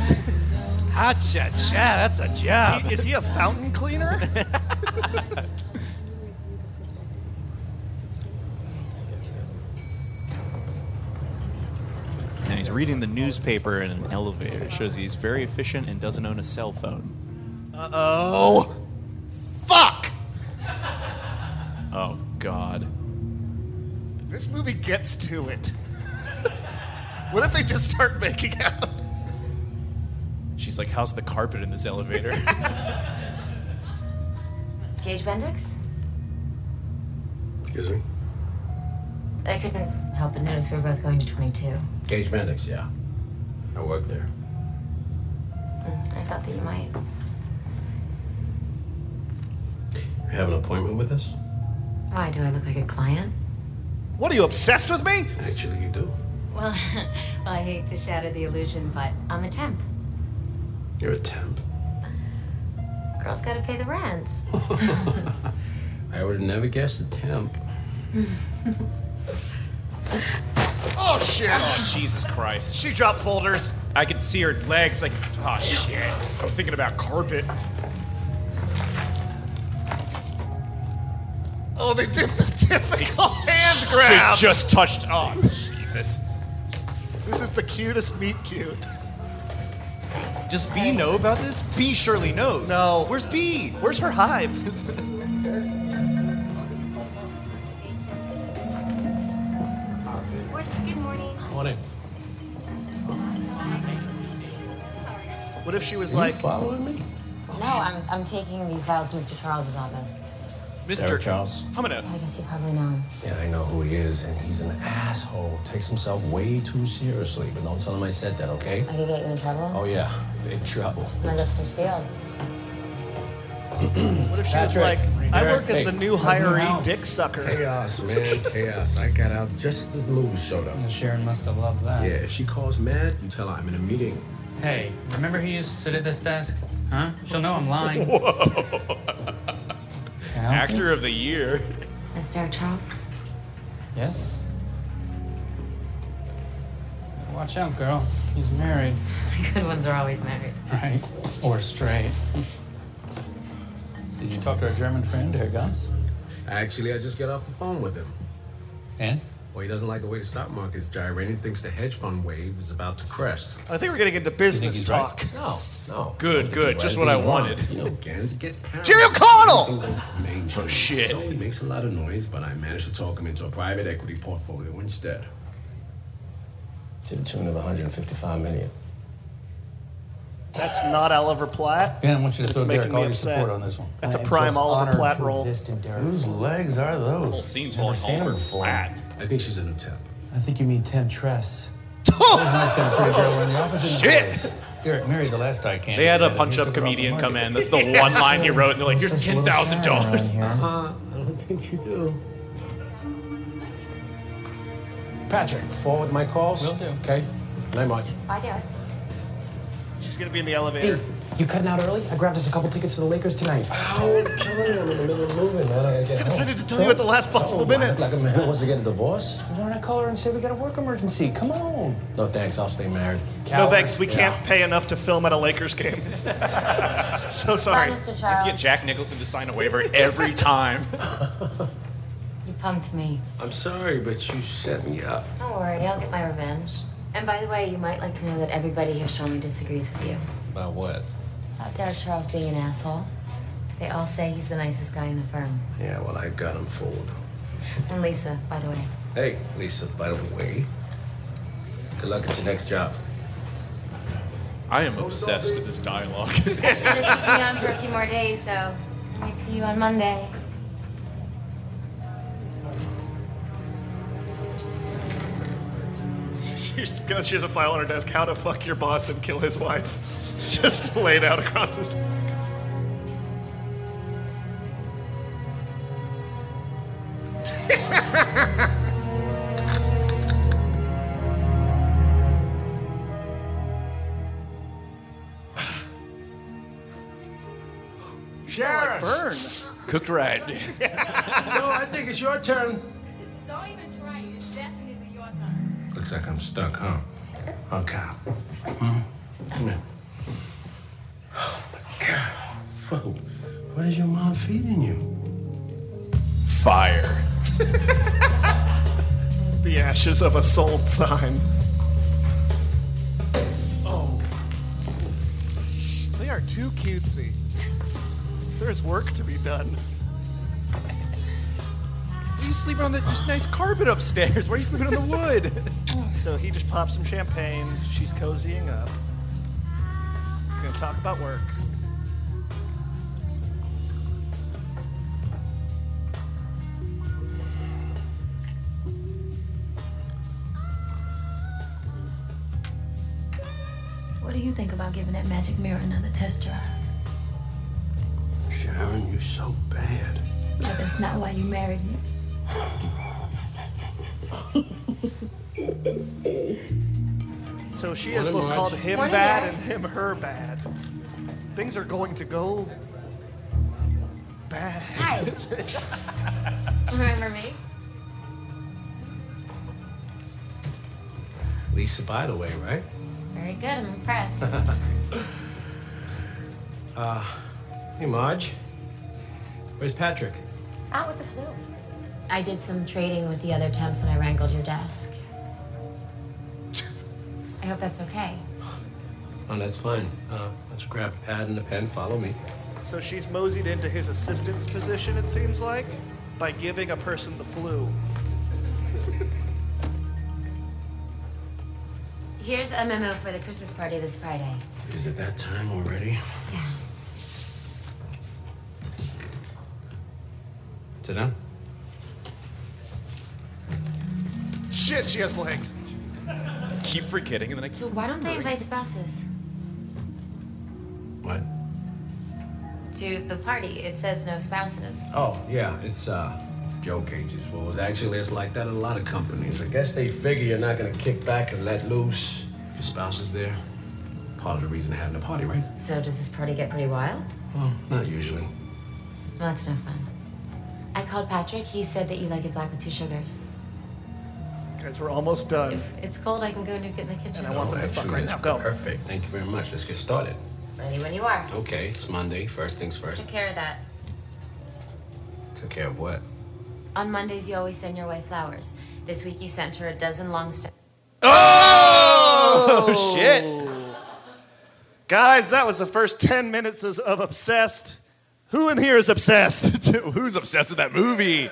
S3: Ha cha cha, that's a job.
S5: He- Is he a fountain cleaner?
S3: And he's reading the newspaper in an elevator. It shows he's very efficient and doesn't own a cell phone.
S5: oh, fuck!
S3: Oh, God.
S5: This movie gets to it. what if they just start making out?
S3: She's like, How's the carpet in this elevator?
S8: Gage Bendix?
S6: Excuse me?
S8: I couldn't help but notice we were both going to 22.
S6: Gage Mendix, yeah. I work there.
S8: I thought that you might.
S6: You have an appointment with us?
S8: Why, do I look like a client?
S5: What are you obsessed with me?
S6: Actually, you do.
S8: Well, well, I hate to shatter the illusion, but I'm a temp.
S6: You're a temp.
S8: Girls gotta pay the rent.
S6: I would have never guessed a temp.
S5: Oh shit!
S3: oh, Jesus Christ.
S5: She dropped folders.
S3: I could see her legs like, Oh, shit. I'm thinking about carpet.
S5: Oh, they did the typical hand
S3: They
S5: grab.
S3: just touched. Oh, Jesus.
S5: This is the cutest meet cute.
S3: Does B know about this? B surely knows.
S5: No.
S3: Where's B?
S5: Where's her hive?
S8: Good morning.
S6: Morning.
S5: What if she was like,
S6: following me?
S8: No, I'm, I'm taking these files to Mr. Charles's office.
S3: Mr.
S6: Charles.
S3: I'm gonna.
S8: I guess you probably know him.
S6: Yeah, I know who he is, and he's an asshole. Takes himself way too seriously, but don't tell him I said that, okay?
S8: I could get you in trouble.
S6: Oh, yeah, big trouble.
S8: My lips are sealed.
S5: what if she was like,
S6: Patrick,
S5: I work as
S6: Hey,
S5: the new hiree dick sucker.
S6: Chaos, man, chaos. I got out just as Lou showed up.
S9: Sharon must have loved that.
S6: Yeah, if she calls mad, you tell her I'm in a meeting.
S9: Hey, remember he used to sit at this desk? Huh? She'll know I'm lying. Can I help you?
S3: Actor of the year.
S8: That's Derek Charles.
S9: Yes. Watch out, girl. He's married,
S8: The good ones are always married.
S9: right? Or straight. Did you talk to our German friend, Herr Guns?
S6: Actually, I just got off the phone with him.
S9: And?
S6: Well, he doesn't like the way the stock market's gyrating. Thinks the hedge fund wave is about to crest.
S5: I think we're getting into business
S9: he's right?
S5: talk.
S6: No, no.
S3: Good, good. Just what I wanted.
S6: You know, Gans gets paranoid.
S5: Jerry O'Connell!
S6: Oh shit! So he makes a lot of noise, but I managed to talk him into a private equity portfolio instead.
S10: To the tune of 155 million.
S5: That's not Oliver Platt.
S9: Ben, I want you to
S5: It's
S9: throw Derek
S5: making me
S9: all your
S5: upset.
S9: support on this one.
S5: That's a
S10: I am
S5: prime
S10: just
S5: Oliver
S10: honored
S5: Platt
S10: to
S5: role.
S10: exist in Derek.
S6: Whose legs are those?
S3: Whole scene's
S10: Never
S3: falling
S10: seen him
S3: over
S10: before.
S3: flat.
S6: I think she's in a temp.
S9: I think you mean Tim Tress. Always nice to have a pretty girl in the office. and
S3: Shit!
S9: the place. Derek married the last I can.
S3: They had a punch up comedian come in. That's the one line he wrote, and they're like, here's $10,000.
S6: Uh, I don't think you do. Patrick, forward my calls.
S9: Will do.
S6: Okay. Night, Mike.
S8: I do.
S5: She's gonna be in the elevator.
S10: You cutting out early? I grabbed us a couple tickets to the Lakers tonight.
S6: Oh, I'm killing him in the middle of moving, man. I gotta get I
S5: decided to tell you at the last possible minute.
S6: Like a Oh, man wants to get a divorce?
S10: Why don't I call her and say we got a work emergency? Come on.
S6: No thanks, I'll stay married.
S5: No thanks, we can't pay enough to film at a Lakers game. so
S8: Bye,
S5: sorry.
S8: Mr.
S3: You have to
S8: Charles.
S3: get Jack Nicholson to sign a waiver every time.
S8: You punked me.
S6: I'm sorry, but you set me up.
S8: Don't worry, I'll get my revenge. And by the way, you might like to know that everybody here strongly disagrees with you.
S6: About what?
S8: About Derek Charles being an asshole. They all say he's the nicest guy in the firm.
S6: Yeah, well, I got him fooled.
S8: And Lisa, by the way.
S6: Hey, Lisa, by the way, good luck at your next job.
S3: I am obsessed with this dialogue.
S8: She's gonna keep me on for a few more days, so I might see you on Monday.
S5: She's- she has a file on her desk How to Fuck Your Boss and Kill His Wife. Just laid out across his desk.
S6: Sheriff!
S5: Burn.
S3: Cooked right.
S6: no, I think it's your turn.
S4: Don't even try it. It's definitely your turn.
S6: Looks like I'm stuck, huh? Okay. Hmm? Come here. Oh my god. Whoa. What is your mom feeding you?
S3: Fire.
S5: The ashes of a sold sign.
S6: Oh.
S5: They are too cutesy. There's work to be done.
S3: Why are you sleeping on that just nice carpet upstairs? Why are you sleeping on the wood?
S5: So he just pops some champagne. She's cozying up. We're gonna talk about work.
S4: What do you think about giving that magic mirror another test drive?
S6: Sharon, you're so bad.
S4: But that's not why you married me.
S5: So she has
S6: Morning,
S5: both
S6: Marge.
S5: called him
S8: Morning,
S5: bad
S8: Dad.
S5: and him her bad. Things are going to go bad.
S8: Hi. Remember me?
S6: Lisa, by the way, right?
S8: Very good, I'm impressed.
S6: Hey, Marge. Where's Patrick?
S8: Out with the flu. I did some trading with the other temps and I wrangled your desk. I hope that's okay.
S6: Oh, that's fine. Uh, let's grab a pad and a pen. Follow me.
S5: So she's moseyed into his assistant's position, it seems like, by giving a person the flu.
S8: Here's a memo for the Christmas party this Friday.
S6: Is it that time already?
S8: Yeah.
S6: Sit down.
S5: Shit, she has legs.
S3: Keep forgetting, and then I keep
S8: So why don't they invite spouses
S6: What?
S8: to the party? It says no spouses.
S6: Oh, yeah, it's uh Joe Cage's fools. Actually, it's like that at a lot of companies. I guess they figure you're not gonna kick back and let loose. If your spouse is there. Part of the reason they're having a party, right?
S8: So does this party get pretty wild?
S6: Well, not usually.
S8: Well, that's no fun. I called Patrick. He said that you like it black with two sugars.
S5: Guys, we're almost done.
S8: If it's cold, I can go nuke it in the kitchen.
S5: And I want them to fuck
S6: actually,
S5: right
S6: it's
S5: now. Go.
S6: Perfect. Thank you very much. Let's get started.
S8: Ready when you are.
S6: Okay, it's Monday. First things first.
S8: Take care of that.
S6: Took care of what?
S8: On Mondays, you always send your wife flowers. This week, you sent her a dozen long stems.
S5: Oh, shit. Guys, that was the first 10 minutes is- of Obsessed. Who in here is obsessed?
S3: Who's obsessed with that movie?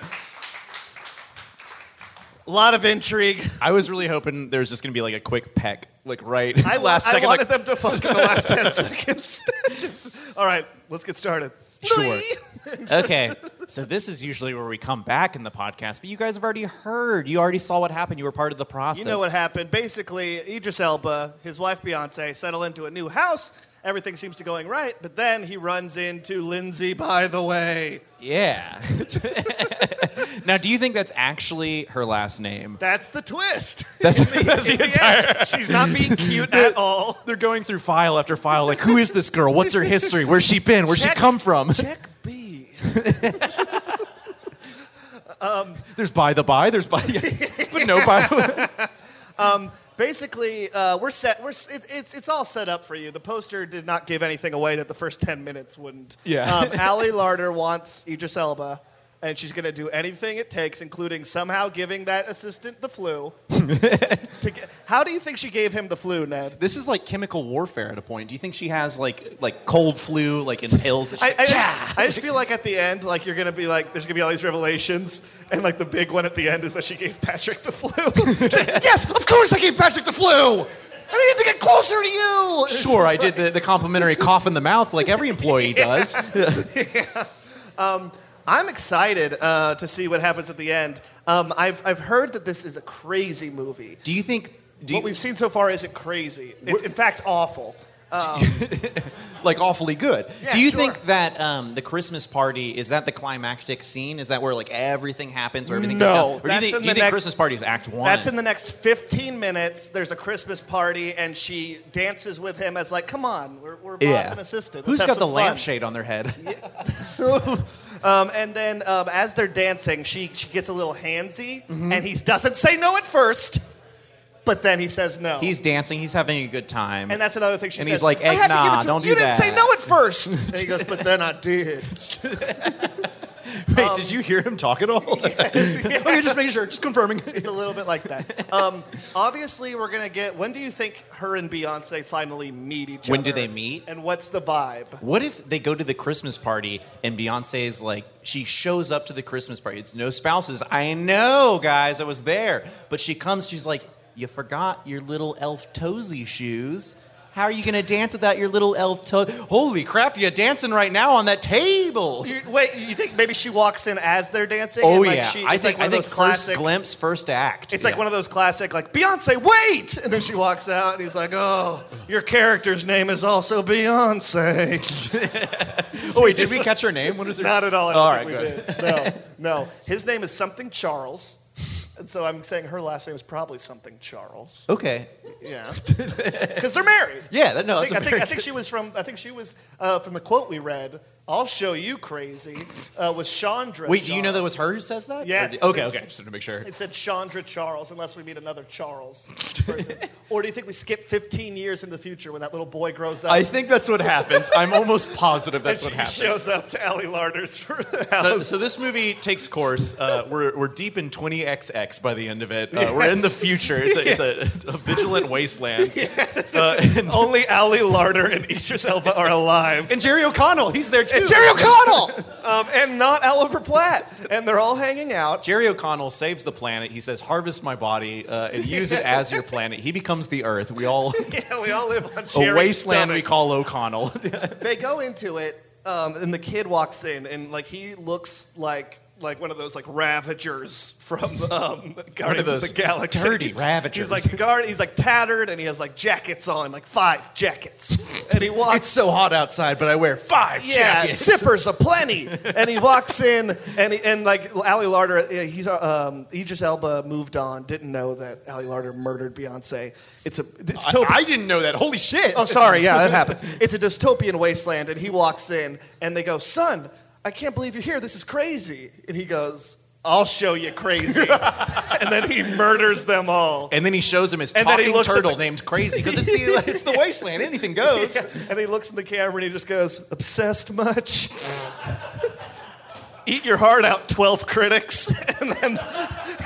S5: A lot of intrigue.
S3: I was really hoping there was just gonna be like a quick peck, like right
S5: I,
S3: last
S5: I
S3: second. like,
S5: wanted them to fuck in the last 10 seconds. Just- all right, let's get started.
S11: Sure. okay. So this is usually where we come back in the podcast, but you guys have already heard. You already saw what happened. You were part of the process.
S5: You know what happened. Basically, Idris Elba, his wife Beyonce, settle into a new house. Everything seems to going right, but then he runs into Lindsay, by the way.
S3: yeah. now, do you think that's actually her last name?
S5: That's the twist.
S3: That's,
S5: In the-
S3: that's the
S5: in the
S3: entire.
S5: end, she's not being cute at all.
S3: They're going through file after file. Like, who is this girl? What's her history? Where's she been? Where's
S5: Check-
S3: she come from?
S5: Check B.
S3: There's by the by. There's by. but no by.
S5: Basically, uh, we're set. We're s- it, it's it's all set up for you. The poster did not give anything away that the first ten minutes wouldn't.
S3: Yeah.
S5: Um, Allie Larder wants Idris Elba, and she's going to do anything it takes, including somehow giving that assistant the flu. to get, how do you think she gave him the flu, Ned?
S3: this is like chemical warfare at a point. Do you think she has like like cold flu, like in pills? That
S5: I, I,
S3: she's
S5: just, I just feel like at the end, like you're gonna be like, there's gonna be all these revelations, and like the big one at the end is that she gave Patrick the flu. She's like, yes, of course I gave Patrick the flu. I needed to get closer to you. It's
S3: Sure,
S5: just
S3: I did the, the complimentary cough in the mouth like every employee does.
S5: I'm excited uh, to see what happens at the end. Um, I've, I've heard that this is a crazy movie.
S3: Do you think, do
S5: what
S3: you,
S5: we've seen so far isn't crazy. It's in fact awful.
S3: like awfully good?
S5: Yeah,
S3: do you
S5: sure.
S3: think that um, the Christmas party is that the climactic scene? Is that where like everything happens or everything?
S5: No,
S3: goes down? Or do you
S5: that's
S3: think,
S5: in
S3: do you
S5: the
S3: think
S5: next-
S3: Christmas party is Act One?
S5: That's in the next 15 minutes. There's a Christmas party, and she dances with him as like, "Come on, we're, we're boss
S3: yeah.
S5: and assistant."
S3: Who's
S5: Let's
S3: got
S5: have
S3: the
S5: some fun."
S3: lampshade on their head?
S5: Um, and then um, as they're dancing, she she gets a little handsy,
S3: Mm-hmm.
S5: and he doesn't say no at first, but then he says no.
S3: He's dancing. He's having a good time.
S5: and that's another thing she
S3: and
S5: says.
S3: he's like,
S5: "I had to give it
S3: "Eggnog,
S5: to-
S3: don't
S5: You
S3: do
S5: didn't say
S3: that."
S5: no at first. and he goes, "But then I did." um,
S3: Wait, did you hear him talk at all? okay, just making sure, just confirming.
S5: It's a little bit like that. Um, obviously, we're gonna get. When do you think her and Beyonce finally meet each
S3: When
S5: other?
S3: do they meet?
S5: And what's the vibe?
S3: What if they go to the Christmas party and Beyonce's like, she shows up to the Christmas party. It's no spouses. I know, guys, I was there. But she comes, she's like, You forgot your little elf toesy shoes. How are you going to dance without your little elf toe? Holy crap, you're dancing right now on that table.
S5: You, wait, you think maybe she walks in as they're dancing?
S3: Oh,
S5: and, like,
S3: yeah.
S5: She,
S3: I
S5: it's
S3: think,
S5: like one
S3: I
S5: of
S3: think
S5: those
S3: first
S5: classic.
S3: glimpse, first act.
S5: It's like one of those classic, like Beyonce, wait, and then she walks out, and he's like, "Oh, your character's name is also Beyonce."
S3: Oh, wait, did we catch her name? What is her
S5: Not at all. I don't
S3: All
S5: think
S3: right,
S5: we did. No, no. His name is something Charles, and so I'm saying her last name is probably something Charles.
S3: Okay.
S5: Yeah, because they're married.
S3: Yeah, that- no,
S5: I
S3: that's
S5: think, I
S3: a
S5: think,
S3: very
S5: I think she was from. I think she was uh, from the quote we read. I'll show you crazy. Uh, was Chandra?
S3: Wait, do you know that
S5: Charles.
S3: was her who says that? Or
S5: Yes.
S3: did- Okay, okay. Just wanted to make sure.
S5: It said Chandra Charles, unless we meet another Charles person. or do you think we skip 15 years in the future when that little boy grows up?
S3: I think that's what happens. I'm almost positive that's
S5: and
S3: what
S5: she
S3: happens.
S5: shows up to Ellie Larder's for
S3: So, so this movie takes course. Uh, we're, we're deep in 20XX by the end of it. Uh, We're in the future. It's a, it's a, it's a vigilant wasteland. Uh, and,
S5: Only Allie Larder and Idris Elba are alive.
S3: and Jerry O'Connell, he's there too.
S5: And Jerry O'Connell! um, and not Oliver Platt. And they're all hanging out.
S3: Jerry O'Connell saves the planet. He says, "Harvest my body uh, and use it as your planet." He becomes the Earth. We all
S5: Yeah, we all live on
S3: a
S5: Jerry's
S3: wasteland we
S5: stomach.
S3: call O'Connell.
S5: They go into it, um, and the kid walks in, and like he looks like like one of those like ravagers from um, Guardians of,
S3: those
S5: the Galaxy.
S3: dirty ravagers.
S5: He's like guard. He's like tattered, and he has like jackets on, like five jackets, and he walks.
S3: it's so hot outside, but I wear five
S5: Yeah,
S3: jackets.
S5: zippers aplenty. and he walks in, and he, and like Ali Larder, uh, he's uh, um, Idris Elba moved on, didn't know that Ali Larder murdered Beyonce. It's a
S3: I-
S5: dystopian.
S3: I didn't know that. Holy shit!
S5: oh, sorry, yeah, that happens. It's a dystopian wasteland, and he walks in, and they go, "Son, I can't believe you're here. This is crazy." And he goes, "I'll show you crazy," and then he murders them all.
S3: And then he shows him his
S5: And then he
S3: talking
S5: looks at
S3: turtle
S5: the-
S3: named Crazy because it's the it's the wasteland. Anything goes.
S5: Yeah, And he looks in the camera and he just goes, obsessed much? eat your heart out, 12 critics, and then,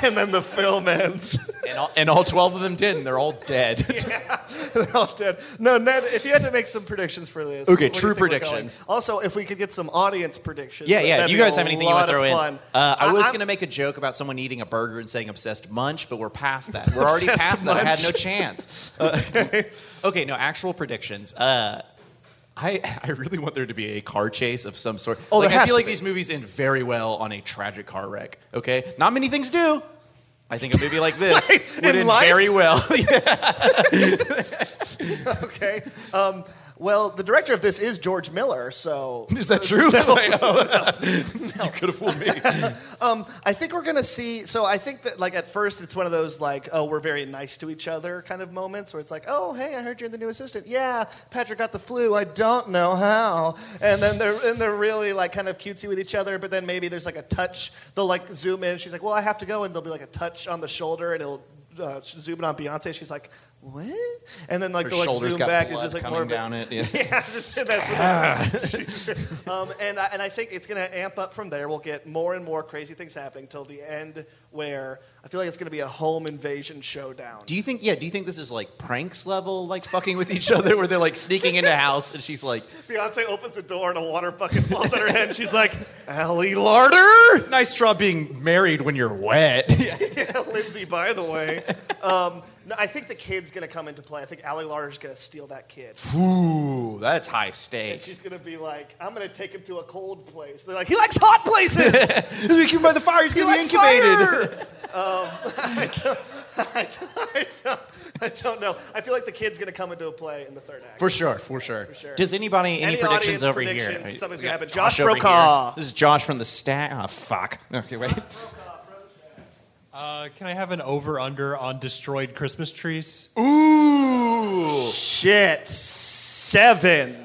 S5: and then the film ends.
S11: And all, and all 12 of them did, and they're all dead.
S5: They're all dead. No, Ned, if you had to make some predictions for this.
S11: Okay,
S5: what do you
S11: true
S5: think we're going?
S11: predictions.
S5: Also, if we could get some audience predictions.
S3: Yeah,
S5: that-
S3: yeah.
S5: that'd
S3: You
S5: be
S3: guys
S5: a
S3: have anything you want
S5: lot
S3: to
S5: of
S3: throw in?
S5: fun.
S3: Uh, I was
S5: I'm-
S3: going to make a joke about someone eating a burger and saying obsessed munch, but we're past that. We're already past
S5: Obsessed
S3: that. I had no
S5: munch.
S3: chance. Uh, okay, no actual predictions. Uh, I I really want there to be a car chase of some sort.
S5: Oh,
S3: like,
S5: there
S3: I
S5: has
S3: feel
S5: to
S3: like
S5: be.
S3: these movies end very well on a tragic car wreck. Okay, not many things do. I think a movie like this
S5: Like,
S3: would
S5: in
S3: end
S5: life?
S3: very well.
S5: Okay. Um, well, the director of this is George Miller, so
S3: Is that true? You could have fooled me.
S5: I think we're gonna see. So I think that like at first it's one of those like oh we're very nice to each other kind of moments where it's like oh hey I heard you're the new assistant yeah Patrick got the flu I don't know how and then they're and they're really like kind of cutesy with each other but then maybe there's like a touch they'll like zoom in she's like well I have to go and there'll be like a touch on the shoulder and it'll uh, zoom in on Beyonce she's like what and then like
S3: Her
S5: they'll like
S3: shoulders
S5: zoom
S3: got
S5: back
S3: blood
S5: it's just like
S3: coming
S5: more of a-
S3: down it. yeah.
S5: yeah, just that's what they- um, and I, and I think it's gonna amp up from there. We'll get more and more crazy things happening till the end, where I feel like it's gonna be a home invasion showdown.
S3: Do you think? Yeah. Do you think this is like pranks level, like fucking with each other, where they're like sneaking into house and she's like,
S5: Beyonce opens the door and a water bucket falls on her head. And she's like, "Allie Larder,
S3: "Nice job being married when you're wet."
S5: yeah, Lindsay." By the way, um, no, I think the kid's gonna come into play. I think Allie Larder's gonna steal that kid.
S3: Ooh, that's high
S5: And she's
S3: stakes.
S5: gonna be like, "I'm gonna take him to a cold place." They're like, "He likes hot places."
S3: We keep him by the fire. He's
S5: He
S3: gonna be
S5: likes
S3: incubated.
S5: fire! um, I, don't, I, don't, I, don't, I don't know. I feel like the kid's going to come into play in the third act.
S3: For sure, for sure.
S5: sure.
S3: Does anybody any,
S5: Any audience
S3: predictions over
S5: predictions?
S3: here?
S5: Something's
S3: We
S5: gonna
S3: got
S5: happen. Josh
S3: over here.
S5: Brokaw.
S3: This is Josh from the staff. Oh, fuck. Okay, wait.
S12: Uh, can I have an over under on destroyed Christmas trees?
S5: Ooh. Shit. Seven.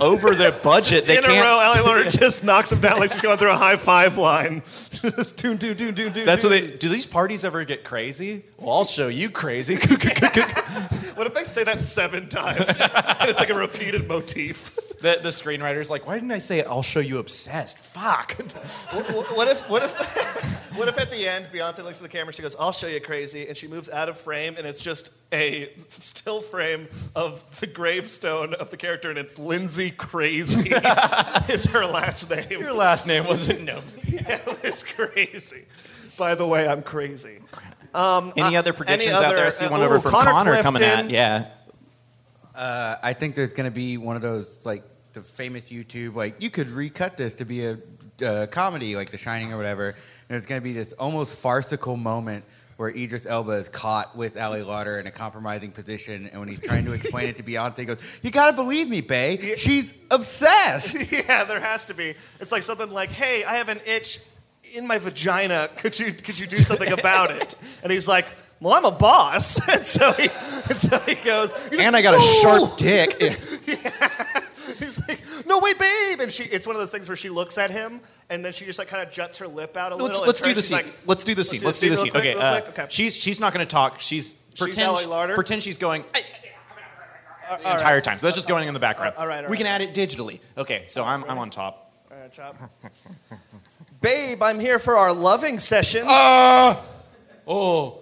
S3: over their budget, they
S5: in a row,
S3: can't.
S5: Ellie Lauder just knocks him down like she's going through a high five line. just doom, doom, doom, doom, doom.
S3: That's what
S5: doom.
S3: they do. These parties ever get crazy? Well, I'll show you crazy.
S5: What if they say that seven times? and it's like a repeated motif.
S3: the, the screenwriter's like, why didn't I say I'll show you obsessed? Fuck.
S5: What what if what if what if at the end Beyonce looks at the camera, she goes, "I'll show you crazy," and she moves out of frame, and it's just a still frame of the gravestone of the character, and it's Lindsay Crazy is her last name.
S3: Your last name wasn't no.
S5: yeah, it's crazy. By the way, I'm crazy. Um,
S3: Any other predictions out there? I
S5: other-
S3: see
S5: uh,
S3: one over
S5: ooh,
S3: from
S5: Connor
S3: Connor, coming
S5: Clifton.
S3: at. Yeah.
S9: I think there's going to be one of those like the famous YouTube like you could recut this to be a uh, comedy like The Shining or whatever. And there's going to be this almost farcical moment where Idris Elba is caught with Ali Lauder in a compromising position, and when he's trying to explain it to Beyonce, he goes, "You got to believe me, Bae. She's obsessed."
S5: yeah, there has to be. It's like something like, "Hey, I have an itch in my vagina. Could you could you do something about it?" And he's like, "Well, I'm a boss," and so he and so he goes, he's
S3: And I
S5: like,
S3: got a
S5: "No!"
S3: sharp dick.
S5: He's like, "No, wait, babe!" And she, it's one of those things where she looks at him and then she just like kind of juts her lip out a
S3: let's
S5: little. and
S3: let's do the
S5: turns, she's
S3: scene.
S5: like,
S3: let's do the scene. Let's do the
S5: real
S3: scene.
S5: quick,
S3: Okay.
S5: real
S3: uh,
S5: quick. Okay.
S3: She's she's not going to talk. She's pretend
S5: Ally Larder?
S3: pretend she's going. "Ay, ay, ay," The entire time. So that's just going in the background.
S5: all right, all
S3: we can
S5: right.
S3: add it digitally. Okay, so I'm, I'm on top.
S5: All right, chop. Babe, I'm here for our loving session.
S3: Uh, Oh,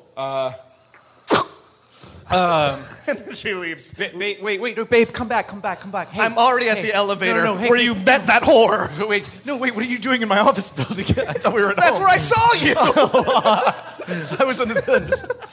S5: and then she leaves.
S3: ba- wait, wait, wait, no, babe, come back, come back, come back. Hey,
S5: I'm already at
S3: hey.
S5: the elevator
S3: No, no, no, hey,
S5: where
S3: hey.
S5: you met that whore.
S3: No, Wait, no, wait. What are you doing in my office building? I thought we were at
S5: That's
S3: home.
S5: where I saw you.
S3: I was under the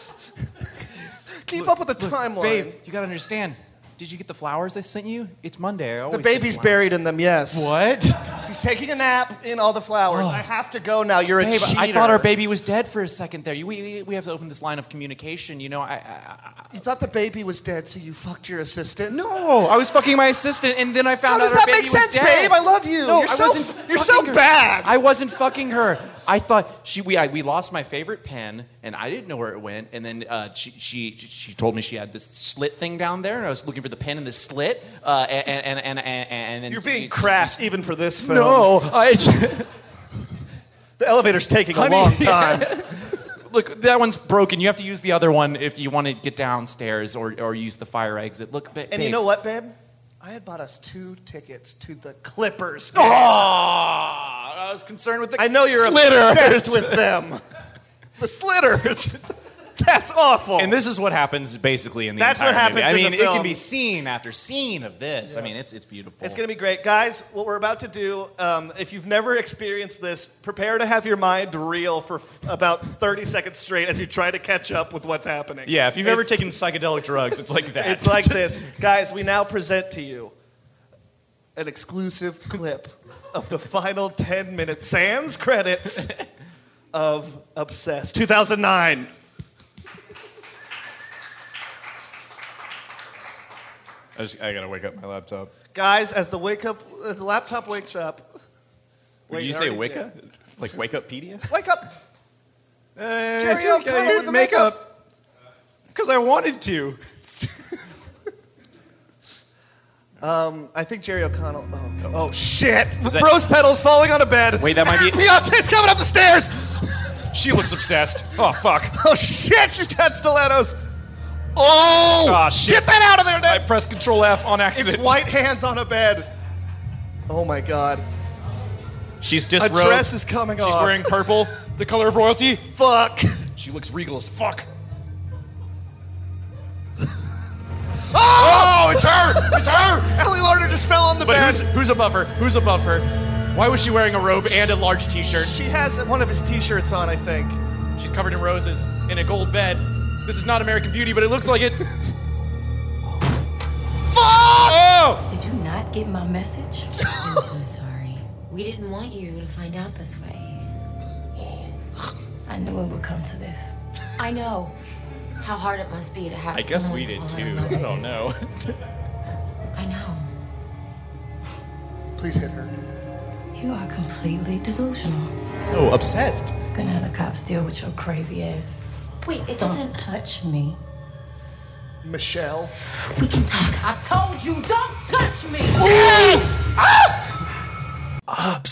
S5: Keep up with the timeline.
S3: babe. You gotta understand. Did you get the flowers I sent you? It's Monday. I
S5: The
S3: always send
S5: baby's
S3: flowers.
S5: buried in them, yes.
S3: What? Oh.
S5: He's taking a nap in all the flowers. I have to go now. You're a
S3: Babe,
S5: cheater.
S3: I thought our baby was dead for a second there. You- We, we, we have to open this line of communication. You know, I, I,
S5: You thought the baby was dead, so you fucked your assistant?
S3: no, I was fucking my assistant, and then I
S5: How
S3: found
S5: does
S3: out her
S5: that
S3: baby
S5: make sense,
S3: was dead.
S5: babe? I love you.
S3: No,
S5: you're
S3: I
S5: so,
S3: wasn't.
S5: You're so
S3: fucking her.
S5: bad.
S3: I wasn't fucking her. I thought she we I, we lost my favorite pen, and I didn't know where it went. And then uh, she she she told me she had this slit thing down there, and I was looking for the pen in the slit. Uh, and, and, and, and, and then
S5: you're being
S3: she-
S5: crass even for this film.
S3: No, I,
S5: The elevator's taking
S3: Honey,
S5: a long time.
S3: look, that one's broken. You have to use the other one if you want to get downstairs or, or use the fire exit. Look, ba-
S5: And you
S3: babe.
S5: know what,
S3: Oh,
S5: babe? I had bought us two tickets to the Clippers.
S3: Ah, I was concerned with the
S5: I know you're
S3: slitters.
S5: obsessed with them. The Slitters. That's awful.
S3: And this is what happens basically in the
S5: That's what
S3: entire
S5: happens
S3: movie. I
S5: in
S3: mean,
S5: the
S3: it can
S5: film.
S3: be scene after scene of this. I mean, it's it's beautiful.
S5: It's going to be great. Guys, what we're about to do, um, if you've never experienced this, prepare to have your mind reel for f- about 30 seconds straight as you try to catch up with what's happening.
S3: Yeah, if you've ever
S5: It's-
S3: taken psychedelic drugs, it's like that.
S5: It's like this. Guys, we now present to you an exclusive clip of the final 10 minute sans credits of Obsessed 2009.
S3: I just I gotta wake up my laptop.
S5: Guys, as the wake up, uh, the laptop wakes up.
S3: Did
S5: Wait,
S3: you
S5: it
S3: say
S5: already
S3: wake
S5: did.
S3: up? Like wake up pedia?
S5: Wake up!
S3: Jerry O'Connell with the makeup. Because I wanted to.
S5: Um, I think Jerry O'Connell. Oh, oh shit!
S3: Was that-
S5: Rose petals falling on a bed.
S3: Wait, that might be-
S5: Beyonce's coming up the stairs.
S3: She looks obsessed. Oh fuck.
S5: Oh shit! She's got stilettos. Oh!
S3: Ah, shit.
S5: Get that out of there,
S3: I
S5: Ned.
S3: pressed Control F on accident.
S5: It's white hands on a bed. Oh my god.
S3: She's
S5: A
S3: disrobed.
S5: dress is coming
S3: She's
S5: off.
S3: wearing purple, the color of royalty.
S5: Fuck.
S3: She looks regal as fuck.
S5: Oh!
S3: it's her! It's her!
S5: Ellie Larder just fell on the
S3: But
S5: bed.
S3: who's, who's above her? Who's above her? Why was she wearing a robe and a large t-shirt?
S5: She has one of his T-shirts on, I think.
S3: She's covered in roses in a gold bed. This is not American Beauty, but it looks like it. Oh!
S4: Did you not get my message?
S8: I'm so sorry. We didn't want you to find out this way.
S4: I knew it would come to this.
S8: I know how hard it must be to have.
S3: I guess
S8: someone
S3: we did
S8: fall
S3: too.
S8: in
S3: I
S8: love.
S3: don't know.
S8: I know.
S5: Please hit her.
S4: You are completely delusional.
S3: Oh, obsessed.
S4: Gonna have the cops deal with your crazy ass.
S8: Wait, it
S4: Don't
S8: doesn't.
S4: touch me.
S5: Michelle.
S8: We can talk. I told you, don't touch me.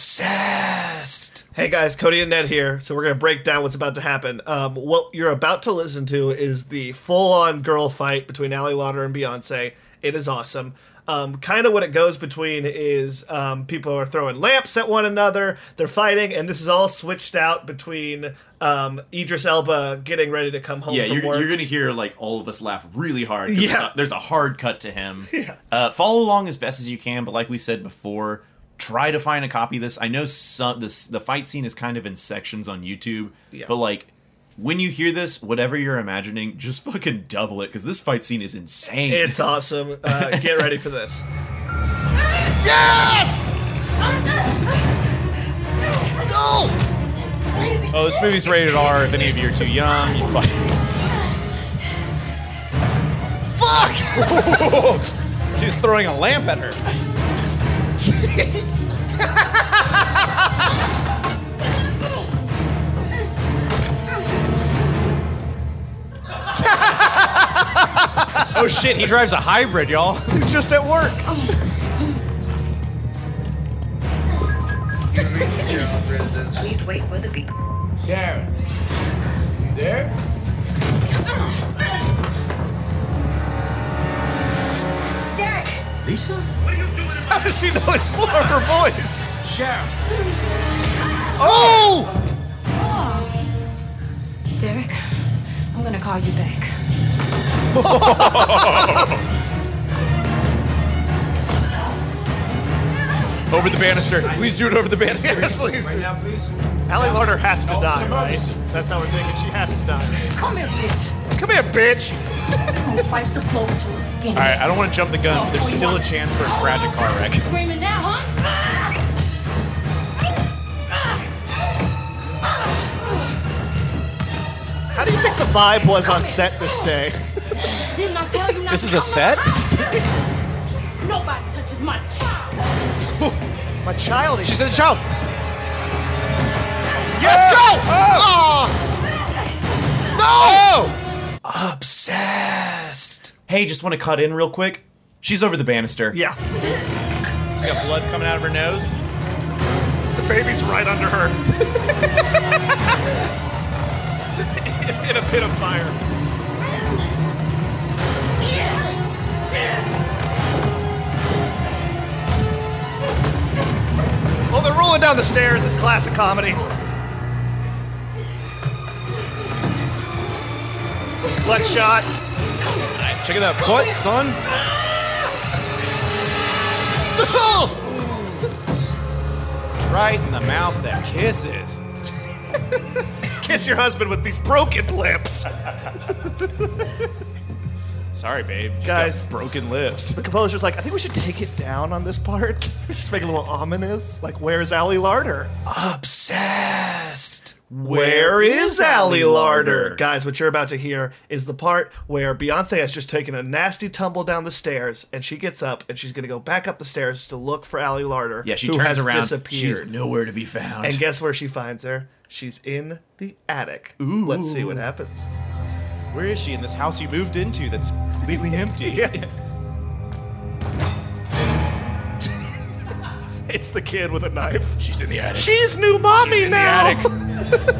S1: Obsessed.
S5: Hey guys, Cody and Ned here. So we're gonna break down what's about to happen.
S1: Um, what you're about to listen to is the full-on girl fight between Ali Lauder and Beyonce. It is awesome. Um, kind of what it goes between is um, people are throwing lamps at one another. They're fighting, and this is all switched out between um, Idris Elba getting ready to come home
S2: Yeah,
S1: from
S2: you're,
S1: work.
S2: you're gonna hear like all of us laugh really hard. 'cause
S1: Yeah.
S2: there's a, there's a hard cut to him. Uh, follow along as best as you can, but like we said before, try to find a copy of this. I know some this the fight scene is kind of in sections on YouTube,
S1: Yeah.
S2: but like when you hear this, whatever you're imagining, just fucking double it because this fight scene is insane.
S1: It's awesome. Uh, get ready for this.
S5: Yes! No!
S3: Oh, this movie's rated R. If any of you are too young, you fuck.
S5: Fuck!
S3: She's throwing a lamp at her.
S5: Jeez.
S3: Oh shit, he drives a hybrid, y'all. He's just at work.
S4: Please wait for the beat.
S6: Sharon, you there?
S4: Derek!
S6: Lisa?
S3: How does she know it's one of her voice?
S6: Sharon.
S5: Oh!
S4: Derek, I'm gonna call you back.
S3: Over the banister. Please do it over the banister.
S5: Yes, please.
S6: Now, please.
S5: Allie Larder has to die, right?
S6: emergency.
S5: That's how we're thinking. She has to die.
S4: Come here, bitch.
S5: Come here, bitch.
S4: I'm gonna wipe the floor with your skin.
S3: All right, I don't want to jump the gun. But there's still a chance for a tragic car wreck.
S4: Screaming now, huh?
S5: How do you think the vibe was on set this day?
S4: Didn't I tell you not
S3: This
S4: to
S3: is a
S4: come
S3: set?
S4: in my house? Nobody touches my child.
S5: My child.
S3: She's in a child.
S5: Yes, go! Oh!
S1: Obsessed.
S2: hey, just want to cut in real quick. She's over the banister.
S5: No! Yeah.
S3: She's got blood coming out of her nose.
S5: The baby's right under her.
S3: In a pit of fire.
S5: Oh, they're rolling going down the stairs. It's classic comedy. Bloodshot.
S3: Check it out. What, son?
S13: Right in the mouth that kisses.
S5: Kiss your husband with these broken lips.
S3: Sorry, babe. She's
S5: Guys.
S3: got broken lips.
S5: The composer's like, I think we should take it down on this part. Just make it a little ominous. Like, where's Allie Larder? Obsessed. Where is Allie Larder? Guys, what you're about to hear is the part where Beyonce has just taken a nasty tumble down the stairs and she gets up and she's going to go back up the stairs to look for Allie Larder.
S2: Yeah, she
S5: who
S2: turns
S5: has
S2: around.
S5: Disappeared.
S2: She's nowhere to be found.
S5: And guess where she finds her? She's in the attic.
S3: Ooh.
S5: Let's see what happens.
S3: Where is she in this house you moved into that's completely empty?
S5: It's the kid with a knife.
S3: She's in the attic.
S5: She's new mommy
S3: She's in the
S5: now.
S3: attic.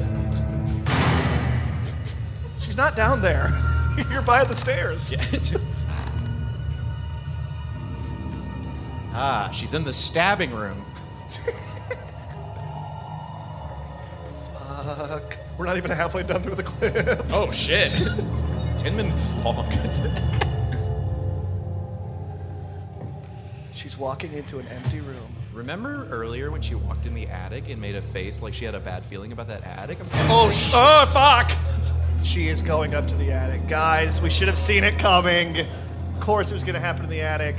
S5: She's not down there. You're by the stairs.
S3: ah, she's in the stabbing room.
S5: Fuck. We're not even halfway done through the clip.
S3: Oh, shit. 10 minutes is long.
S5: She's walking into an empty room.
S3: Remember earlier when she walked in the attic and made a face like she had a bad feeling about that attic? I'm sorry.
S5: Oh, sh-
S3: Oh, fuck!
S5: She is going up to the attic. Guys, we should have seen it coming. Of course, it was going to happen in the attic.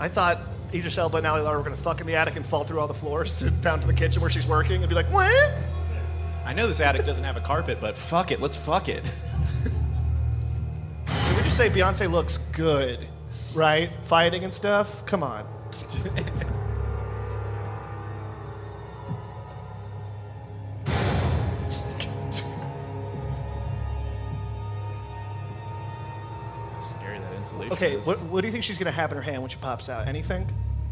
S5: I thought Idris Elba and Ali Lara were going to fuck in the attic and fall through all the floors to, down to the kitchen where she's working and be like, what?
S3: I know this attic doesn't have a carpet, but fuck it, let's fuck it.
S5: Would you say Beyonce looks good, right? Fighting and stuff? Come on.
S3: Scary that insulation.
S5: Okay,
S3: is.
S5: what, what do you think she's going to have in her hand when she pops out? Anything?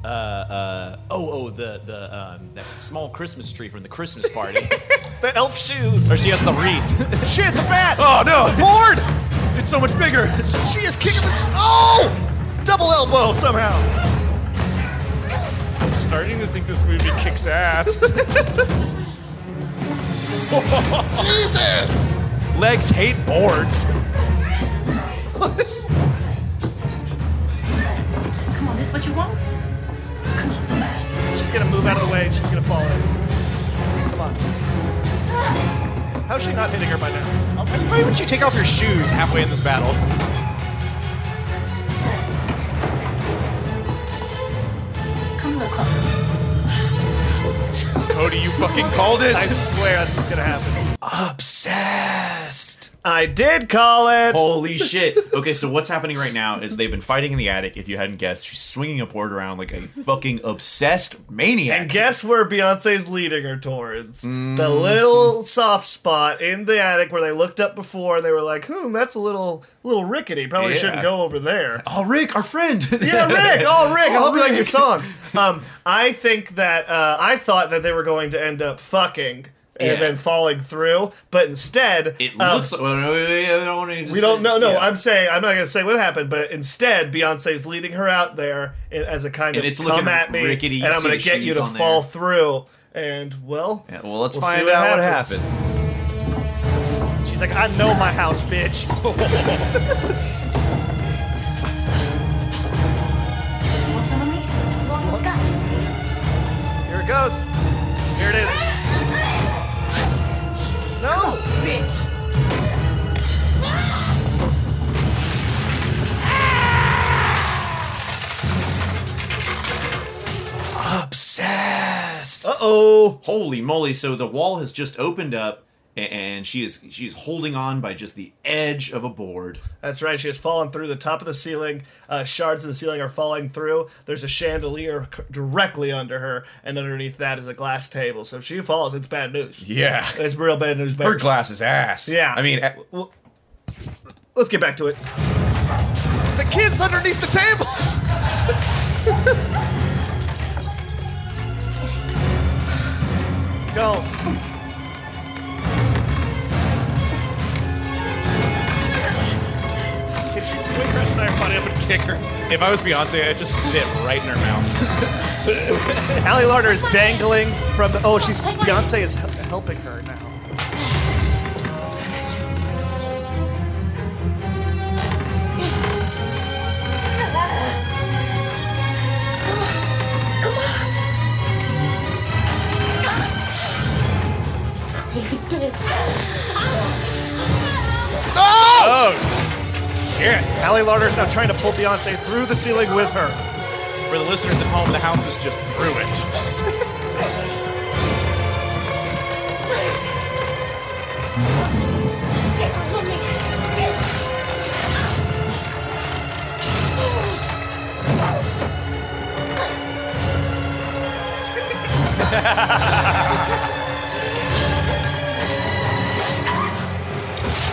S3: Uh, uh, oh, oh, the the um, that small Christmas tree from the Christmas party.
S5: The elf shoes.
S3: or she has the wreath.
S5: Shit, it's a bat!
S3: Oh, no.
S5: Lord!
S3: It's so much bigger.
S5: She is kicking the. Oh! Double elbow somehow.
S1: I'm starting to think this movie kicks ass. Jesus!
S3: Legs hate boards.
S4: Come on, this what you want?
S5: She's gonna move out of the way and she's gonna fall in. Come on. How's she not hitting her by now?
S3: Why would you take off your shoes halfway in this battle?
S4: Come a little closer.
S1: Cody, you fucking called it.
S5: I swear that's what's gonna happen. Obsessed. I did call it.
S2: Holy shit. Okay, so what's happening right now is they've been fighting in the attic. If you hadn't guessed, she's swinging a board around like a fucking obsessed maniac.
S5: And guess where Beyonce's leading her towards?
S2: Mm-hmm.
S5: The little soft spot in the attic where they looked up before and they were like, hmm, that's a little little rickety. Probably
S2: Yeah.
S5: shouldn't go over there.
S2: Oh, Rick, our friend.
S5: Yeah, Rick. Oh, Rick. I
S2: Oh,
S5: hope you like your
S2: Rick.
S5: song. Um, I think that uh, I thought that they were going to end up fucking and
S2: Yeah.
S5: then falling through, but instead
S2: It
S5: um,
S2: looks like. Well, no, wait, wait, I don't want to
S5: we don't know. No, I'm saying I'm not going to say what happened, but instead Beyonce's leading her out there i- as a kind
S2: And
S5: of
S2: it's
S5: come
S2: looking
S5: at me,
S2: rickety. You
S5: and I'm
S2: see
S5: going
S2: the
S5: to get you
S2: shoes
S5: to
S2: on there.
S5: fall through. And well,
S2: Yeah, well, let's
S5: We'll see
S2: find
S5: what
S2: out
S5: happens.
S2: what happens.
S5: she's like, I know my house, bitch.
S4: You want some of me? You want what's got?
S5: Here it goes. Here it is. No.
S4: Bitch.
S5: Obsessed. Uh oh.
S2: Holy moly! So the wall has just opened up, a- and she is she's holding on by just the edge of a board.
S5: That's right. She has fallen through the top of the ceiling. Uh, shards of the ceiling are falling through. There's a chandelier c- directly under her, and underneath that is a glass table. So if she falls, it's bad news.
S1: Yeah.
S5: It's real bad news.
S1: Her
S5: bears.
S1: glass is ass.
S5: Yeah.
S1: I mean, a-
S5: Well, let's get back to it.
S14: The kid's underneath the table.
S5: Don't.
S1: can she swing her entire body up and kick her?
S15: If I was Beyonce, I'd just spit right in her mouth.
S5: Allie Larder is dangling from the. Oh, she's Beyonce is hel- helping her now.
S15: Oh!
S3: Oh,
S5: Shit. Allie Larder is now trying to pull Beyonce through the ceiling with her.
S15: For the listeners at home, the house is just ruined.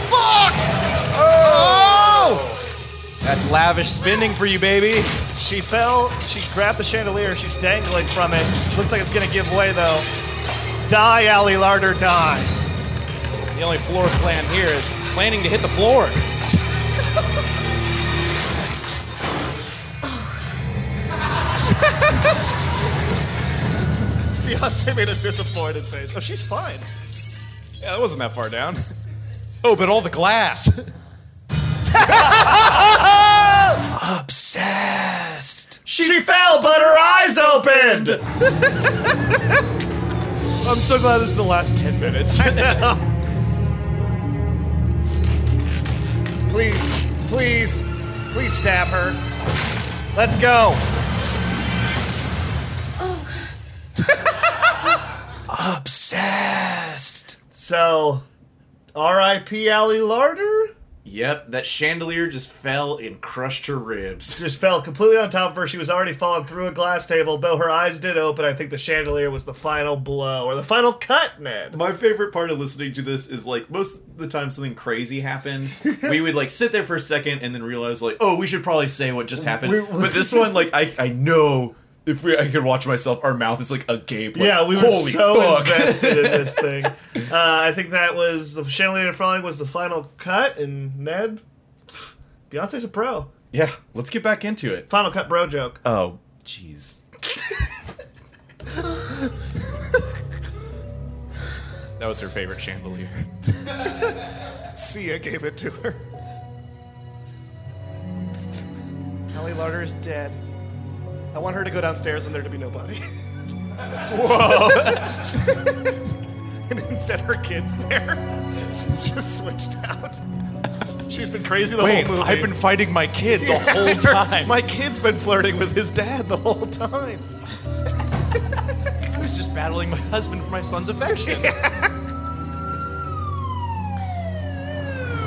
S11: Fuck!
S5: Oh!
S11: That's lavish spending for you, baby.
S5: She fell. She grabbed the chandelier. She's dangling from it. Looks like it's gonna give way though. Die, Allie Larder, die.
S11: The only floor plan here is planning to hit the floor.
S5: Beyonce made a disappointed face. Oh, she's fine.
S15: Yeah, that wasn't that far down. Oh, but all the glass.
S1: Obsessed. She, fell, but her eyes opened.
S5: I'm so glad this is the last 10 minutes. please, please, please stab her. Let's go.
S1: Obsessed. So, R.I.P.
S2: E
S1: Allie Larder
S2: Yep, that chandelier just fell and crushed her ribs.
S1: just fell completely on top of her. She was already falling through a glass table, though her eyes did open. I think the chandelier was the final blow or the final cut, Ned.
S2: My favorite part of listening to this is like most of the time something crazy happened, we would like sit there for a second and then realize like, oh, we should probably say what just happened.
S1: We- we-
S2: but this one, like, I I know if we I could watch myself, our mouth is like agape. Like,
S1: yeah, we were
S2: Holy
S1: so
S2: fuck.
S1: invested in this thing. Uh, I think that was the chandelier falling was the final cut, and Ned, pff, Beyonce's a pro.
S2: yeah, let's get back into it.
S1: Final cut bro joke.
S2: Oh, jeez.
S15: That was her favorite chandelier.
S5: Sia gave it to her. Allie Larder is dead. I want her to go downstairs and there to be nobody.
S11: Whoa.
S5: and instead, her kid's there. Just switched out. She's been crazy the
S11: Wait,
S5: whole movie.
S11: I've been fighting my kid the whole time.
S5: My kid's been flirting with his dad the whole time.
S11: I was just battling my husband for my son's affection.
S5: I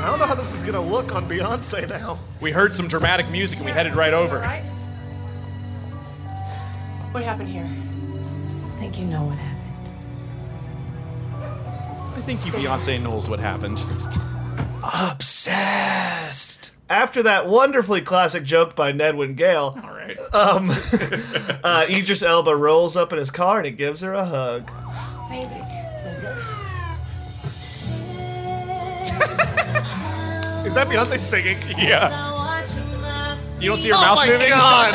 S5: don't know how this is gonna look on Beyonce now.
S15: We heard some dramatic music and we headed right over.
S8: What happened here? I think you know what happened.
S15: I think you Beyonce knows what happened.
S1: Obsessed. After that wonderfully classic joke by Ned Wingale, all
S15: right.
S1: Um, uh, Idris Elba rolls up in his car and he gives her a hug.
S8: Baby.
S5: Is that Beyonce singing?
S15: Yeah. You don't see her
S5: Oh
S15: mouth
S5: my
S15: moving?
S5: God.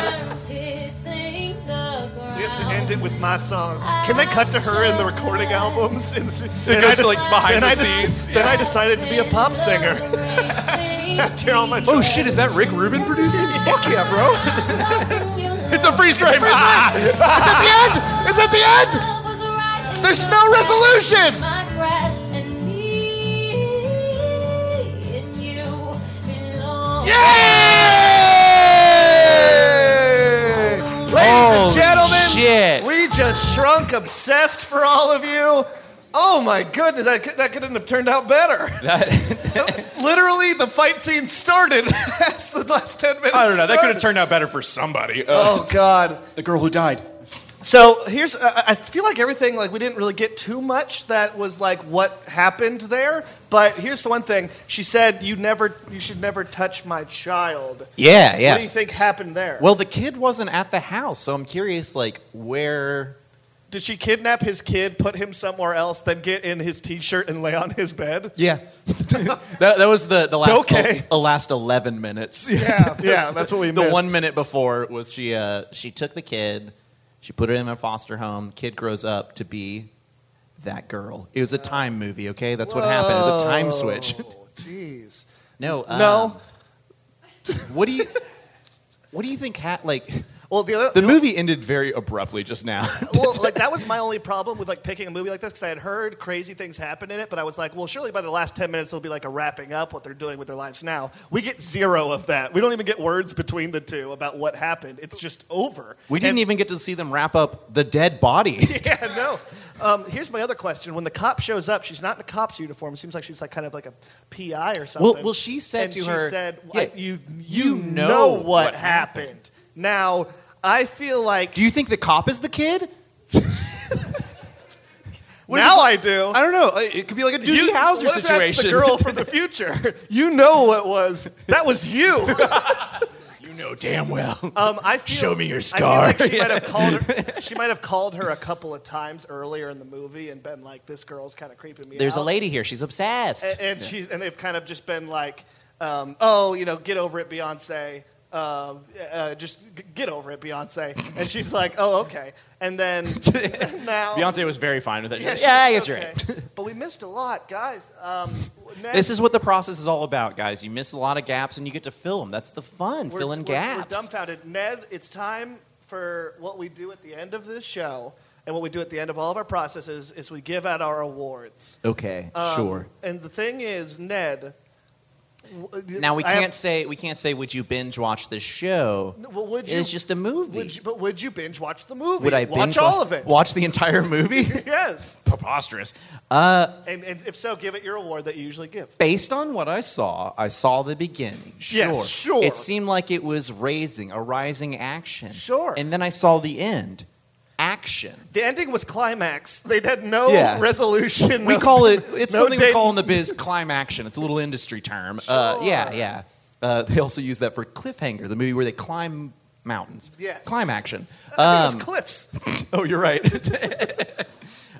S5: We have to end it with my song. Can they cut to her in the recording albums? And,
S15: It goes to, like, behind
S5: then
S15: the
S5: I des-
S15: scenes,
S5: Then
S15: yeah.
S5: I decided to be a pop singer. After all my
S11: oh shit, is that Rick Rubin producing? Fuck yeah, bro. it's a freeze frame. Ah!
S16: It's at the end! It's at the end! There's no resolution!
S5: Ladies
S11: Holy
S5: and gentlemen,
S11: shit.
S5: we just shrunk obsessed for all of you. Oh my goodness, that, could- that couldn't have turned out better. Literally, the fight scene started as the last 10 minutes.
S15: I don't know. That could
S5: started.
S15: have turned out better for somebody. Uh,
S5: Oh God!
S15: The girl who died.
S5: So here's, I I feel like everything, like we didn't really get too much that was like what happened there. But here's the one thing she said: you never, you should never touch my child.
S3: Yeah,
S5: What
S3: yes.
S5: do you think happened there?
S3: Well, the kid wasn't at the house, so I'm curious, like where
S5: Did she kidnap his kid, put him somewhere else, then get in his T-shirt and lay on his bed?
S3: Yeah. that, that was the, the last
S5: Okay.
S3: the last eleven minutes.
S5: Yeah, yeah, that's what we
S3: The
S5: missed.
S3: one minute before was she uh, she took the kid, she put her in a foster home. Kid grows up to be that girl. It was a time movie. Okay, that's what happened. It was a time switch.
S5: Jeez.
S3: No, um,
S5: No.
S3: What do you What do you think? Ha- like,
S5: well, the other
S3: the movie ended very abruptly just now.
S5: well, like that was my only problem with like picking a movie like this because I had heard crazy things happen in it, but I was like, well, surely by the last ten minutes it'll be like a wrapping up what they're doing with their lives now. We get zero of that. We don't even get words between the two about what happened. It's just over.
S3: we didn't even get to see them wrap up the dead body.
S5: yeah, no. Um, here's my other question: When the cop shows up, she's not in a cop's uniform. It seems like she's like kind of like a PI or something.
S3: well, she said
S5: And
S3: to
S5: she
S3: her,
S5: said,
S3: yeah,
S5: I- "You you
S3: know
S5: know, what,
S3: what
S5: happened. Now I feel like.
S3: Do you think the cop is the kid?
S5: now I do.
S3: I don't know. It could be like a Doogie
S5: You-
S3: Howser
S5: what if that's
S3: situation.
S5: the girl from the future. You know what was. That was you.
S3: you know damn well.
S5: Um, I feel,
S3: Show me your
S5: I feel
S3: scar.
S5: like she, might have called her, she might have called her a couple of times earlier in the movie and been like, "This girl's kind of creeping me
S3: There's
S5: out."
S3: a lady here. She's obsessed.
S5: And, and she's and they've kind of just been like, um, "Oh, you know, get over it, Beyonce. Uh, uh, just g- get over it, Beyonce." And she's like, "Oh, okay." And then now,
S11: Beyonce was very fine with it.
S5: Yeah,
S11: She's
S5: she-
S11: like, yeah, I guess you're
S5: okay.
S11: right.
S5: But we missed a lot, guys. Um, next,
S3: This is what the process is all about, guys. You miss a lot of gaps and you get to fill them. That's the fun,
S5: we're,
S3: filling
S5: we're-
S3: gaps.
S5: We're dumbfounded. Ned, it's time for what we do at the end of this show, and what we do at the end of all of our processes is we give out our awards.
S3: Okay,
S5: Um,
S3: sure.
S5: And the thing is, Ned. w-
S3: Now we
S5: I have-
S3: can't say we can't say would you binge watch this show?
S5: Well, would
S3: It
S5: you,
S3: is just a movie.
S5: Would you, but would you binge watch the movie?
S3: Would I
S5: watch
S3: binge
S5: all
S3: wa-
S5: of it?
S3: Watch the entire movie?
S5: yes.
S3: Preposterous. Uh,
S5: And, and if so, give it your award that you usually give.
S3: based on what I saw, I saw the beginning. Sure.
S5: Yes, sure.
S3: It seemed like it was raising, a rising action.
S5: Sure.
S3: And then I saw the end. Action.
S5: The ending was climax. They had no
S3: Yeah.
S5: resolution.
S3: We
S5: no-
S3: call it, it's
S5: no
S3: something we
S5: date.
S3: call in the biz climaction. It's a little industry term. Uh, yeah, yeah. Uh, they also use that for cliffhanger, the movie where they climb mountains.
S5: Yes.
S3: Climb action.
S5: I think it was
S3: Um,
S5: cliffs.
S3: oh, you're right.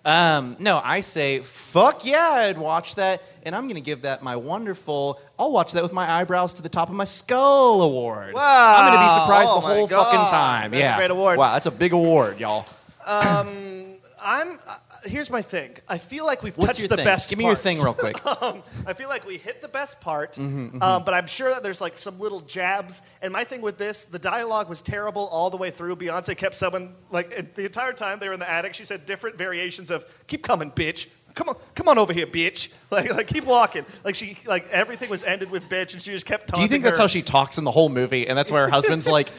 S3: um, no, I say, fuck yeah, I'd watch that. And I'm going to give that my wonderful, I'll watch that with my eyebrows to the top of my skull award.
S5: Wow.
S3: I'm going to be surprised
S5: Oh
S3: the
S5: my
S3: whole
S5: God.
S3: fucking time.
S5: That's a
S3: yeah.
S5: great award.
S3: Wow, that's a big award, y'all.
S5: Um, I'm. Uh, here's my thing. I feel like we've
S3: What's
S5: touched
S3: your
S5: the
S3: thing?
S5: best.
S3: Give me your
S5: parts.
S3: thing real quick.
S5: um, I feel like we hit the best part,
S3: Mhm, mhm.
S5: Um, but I'm sure that there's like some little jabs. And my thing with this, the dialogue was terrible all the way through. Beyonce kept someone like it- the entire time they were in the attic. She said different variations of "Keep coming, bitch." Come on, come on over here, bitch. Like, like, keep walking. Like she, like everything was ended with bitch, and she just kept talking.
S3: Do you think that's
S5: her.
S3: how she talks in the whole movie? And that's why her husband's like,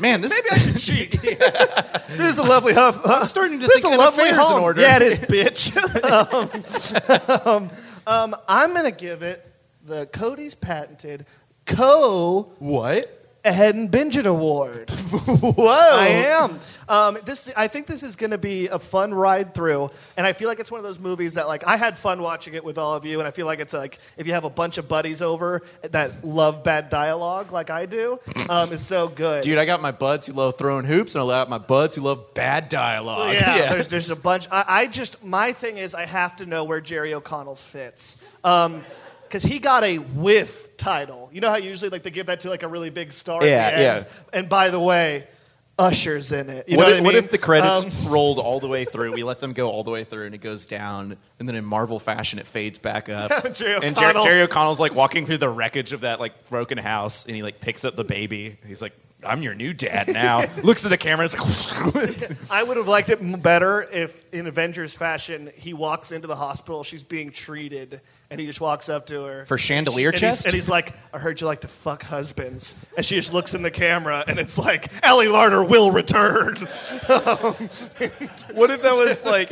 S3: man, this
S5: Maybe I should cheat. this is a lovely huff.
S3: I'm starting to
S5: this
S3: think
S5: is a
S3: an
S5: lovely
S3: affair's in
S5: home.
S3: order.
S5: Yeah, it is, bitch. um, um, I'm gonna give it the Cody's patented co
S3: what
S5: ahead and binge it award.
S3: Whoa,
S5: I am. Um, this I think this is gonna be a fun ride through, and I feel like it's one of those movies that like I had fun watching it with all of you, and I feel like it's like if you have a bunch of buddies over that love bad dialogue like I do, um, it's so good.
S3: Dude, I got my buds who love throwing hoops, and I got my buds who love bad dialogue.
S5: Yeah, There's, there's a bunch. I, I just my thing is I have to know where Jerry O'Connell fits, because he got a with title. You know how usually like they give that to like a really big star.
S3: Yeah,
S5: at the end? And by the way, Usher's in it. You
S3: what,
S5: know
S3: if,
S5: what,
S3: what
S5: I mean? Um,
S3: if the credits rolled all the way through? We let them go all the way through, and it goes down, and then in Marvel fashion, it fades back up.
S5: Jerry
S11: and Jer-
S5: O'Connell.
S11: Jerry O'Connell's like walking through the wreckage of that like broken house, and he like picks up the baby. He's like, "I'm your new dad now." Looks at the camera. It's like,
S5: Um, I would have liked it m- better if, in Avengers fashion, he walks into the hospital. She's being treated, and he just walks up to her
S3: For chandelier
S5: and
S3: chest?
S5: He's, and he's like, "I heard you like to fuck husbands," and she just looks in the camera, and it's like, "Ellie Larder will return."
S3: what if that was like.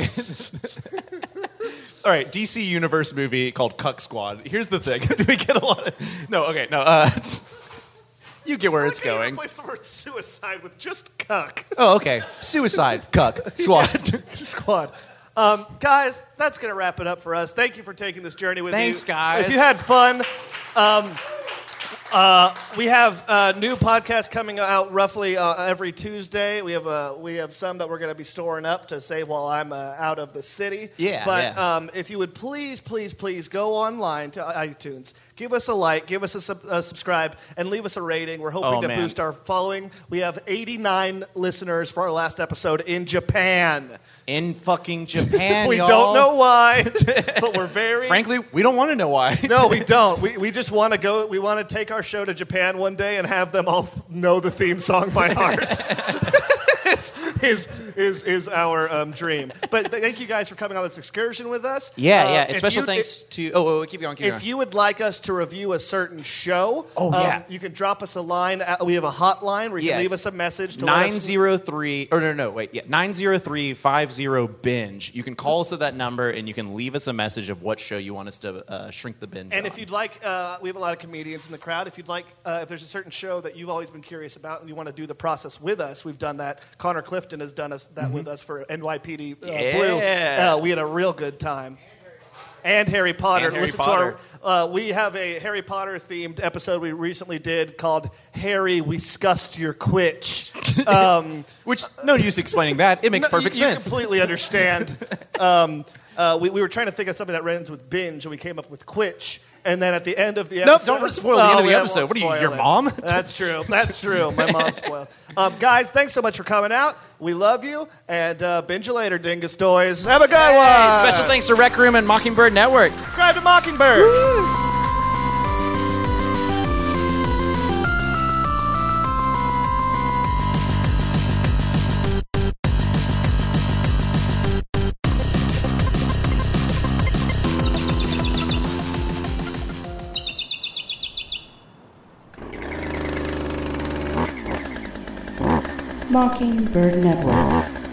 S3: All right, DC Universe movie called Cuck Squad. Here's the thing. Do we get a lot of. No, okay, no. Uh, you get where it's going.
S5: Replace the word suicide with just cuck.
S3: Oh, okay. Suicide, Cuck, Squad.
S5: Squad. Um, guys, that's going to wrap it up for us. Thank you for taking this journey with me.
S3: Thanks, guys.
S5: If you had fun, um, Uh, we have uh, new podcasts coming out roughly uh, every Tuesday. We have uh, we have some that we're going to be storing up to save while I'm uh, out of the city.
S3: Yeah,
S5: But
S3: yeah.
S5: Um, if you would please, please, please go online to uh, iTunes, give us a like, give us a, sub- uh subscribe, and leave us a rating. We're hoping
S11: Oh,
S5: to
S11: man.
S5: boost our following. We have 89 listeners for our last episode in Japan.
S3: In fucking Japan,
S5: we
S3: y'all.
S5: don't know why, but we're very
S3: Frankly, we don't want to know why.
S5: no, we don't. We, we just want to go. We want to take our show to Japan one day and have them all know the theme song by heart. is, is, is, is our um, dream. But th- thank you guys for coming on this excursion with us.
S3: Yeah,
S5: Uh,
S3: yeah. And
S5: if
S3: special
S5: you-
S3: thanks to. Oh, oh, oh, keep going, keep
S5: If
S3: going.
S5: you would like us to review a certain show, um,
S3: Oh, yeah.
S5: you can drop us a line. At, we have a hotline where you
S3: Yeah,
S5: can leave
S3: it's
S5: us a message to let
S3: Nine
S5: us
S3: zero three or no no wait yeah nine zero three five zero binge. You can call us at that number and you can leave us a message of what show you want us to uh, shrink the binge.
S5: And
S3: on.
S5: if you'd like, uh, we have a lot of comedians in the crowd. If you'd like, uh, if there's a certain show that you've always been curious about and you want to do the process with us, we've done that. Connor Clifton has done us that with us for NYPD uh,
S16: Mm-hmm. Yeah.
S5: Blue. Uh, we had a real good time. And Harry Potter.
S16: And Harry
S5: Listen to our. Uh, we have a Harry Potter themed episode we recently did called "Harry, We Scussed Your Quitch," um,
S3: which no use explaining that. It makes
S5: no,
S3: perfect
S5: you,
S3: sense.
S5: You completely understand. um, uh, we, we were trying to think of something that rhymes with binge, and we came up with quitch. And then at the end of the
S3: No,
S5: episode, Oh,
S3: don't spoil the end of the
S5: yeah, I won't
S3: episode. What are you,
S5: spoil
S3: your
S5: it.
S3: mom?
S5: That's true. That's true. My mom spoiled. Um, guys, thanks so much for coming out. We love you, and uh, binge you later, dingus toys. Have a good
S3: Hey,
S5: one.
S3: special thanks to Rec Room and Mockingbird Network.
S5: Subscribe to Mockingbird.
S17: Mockingbird Network.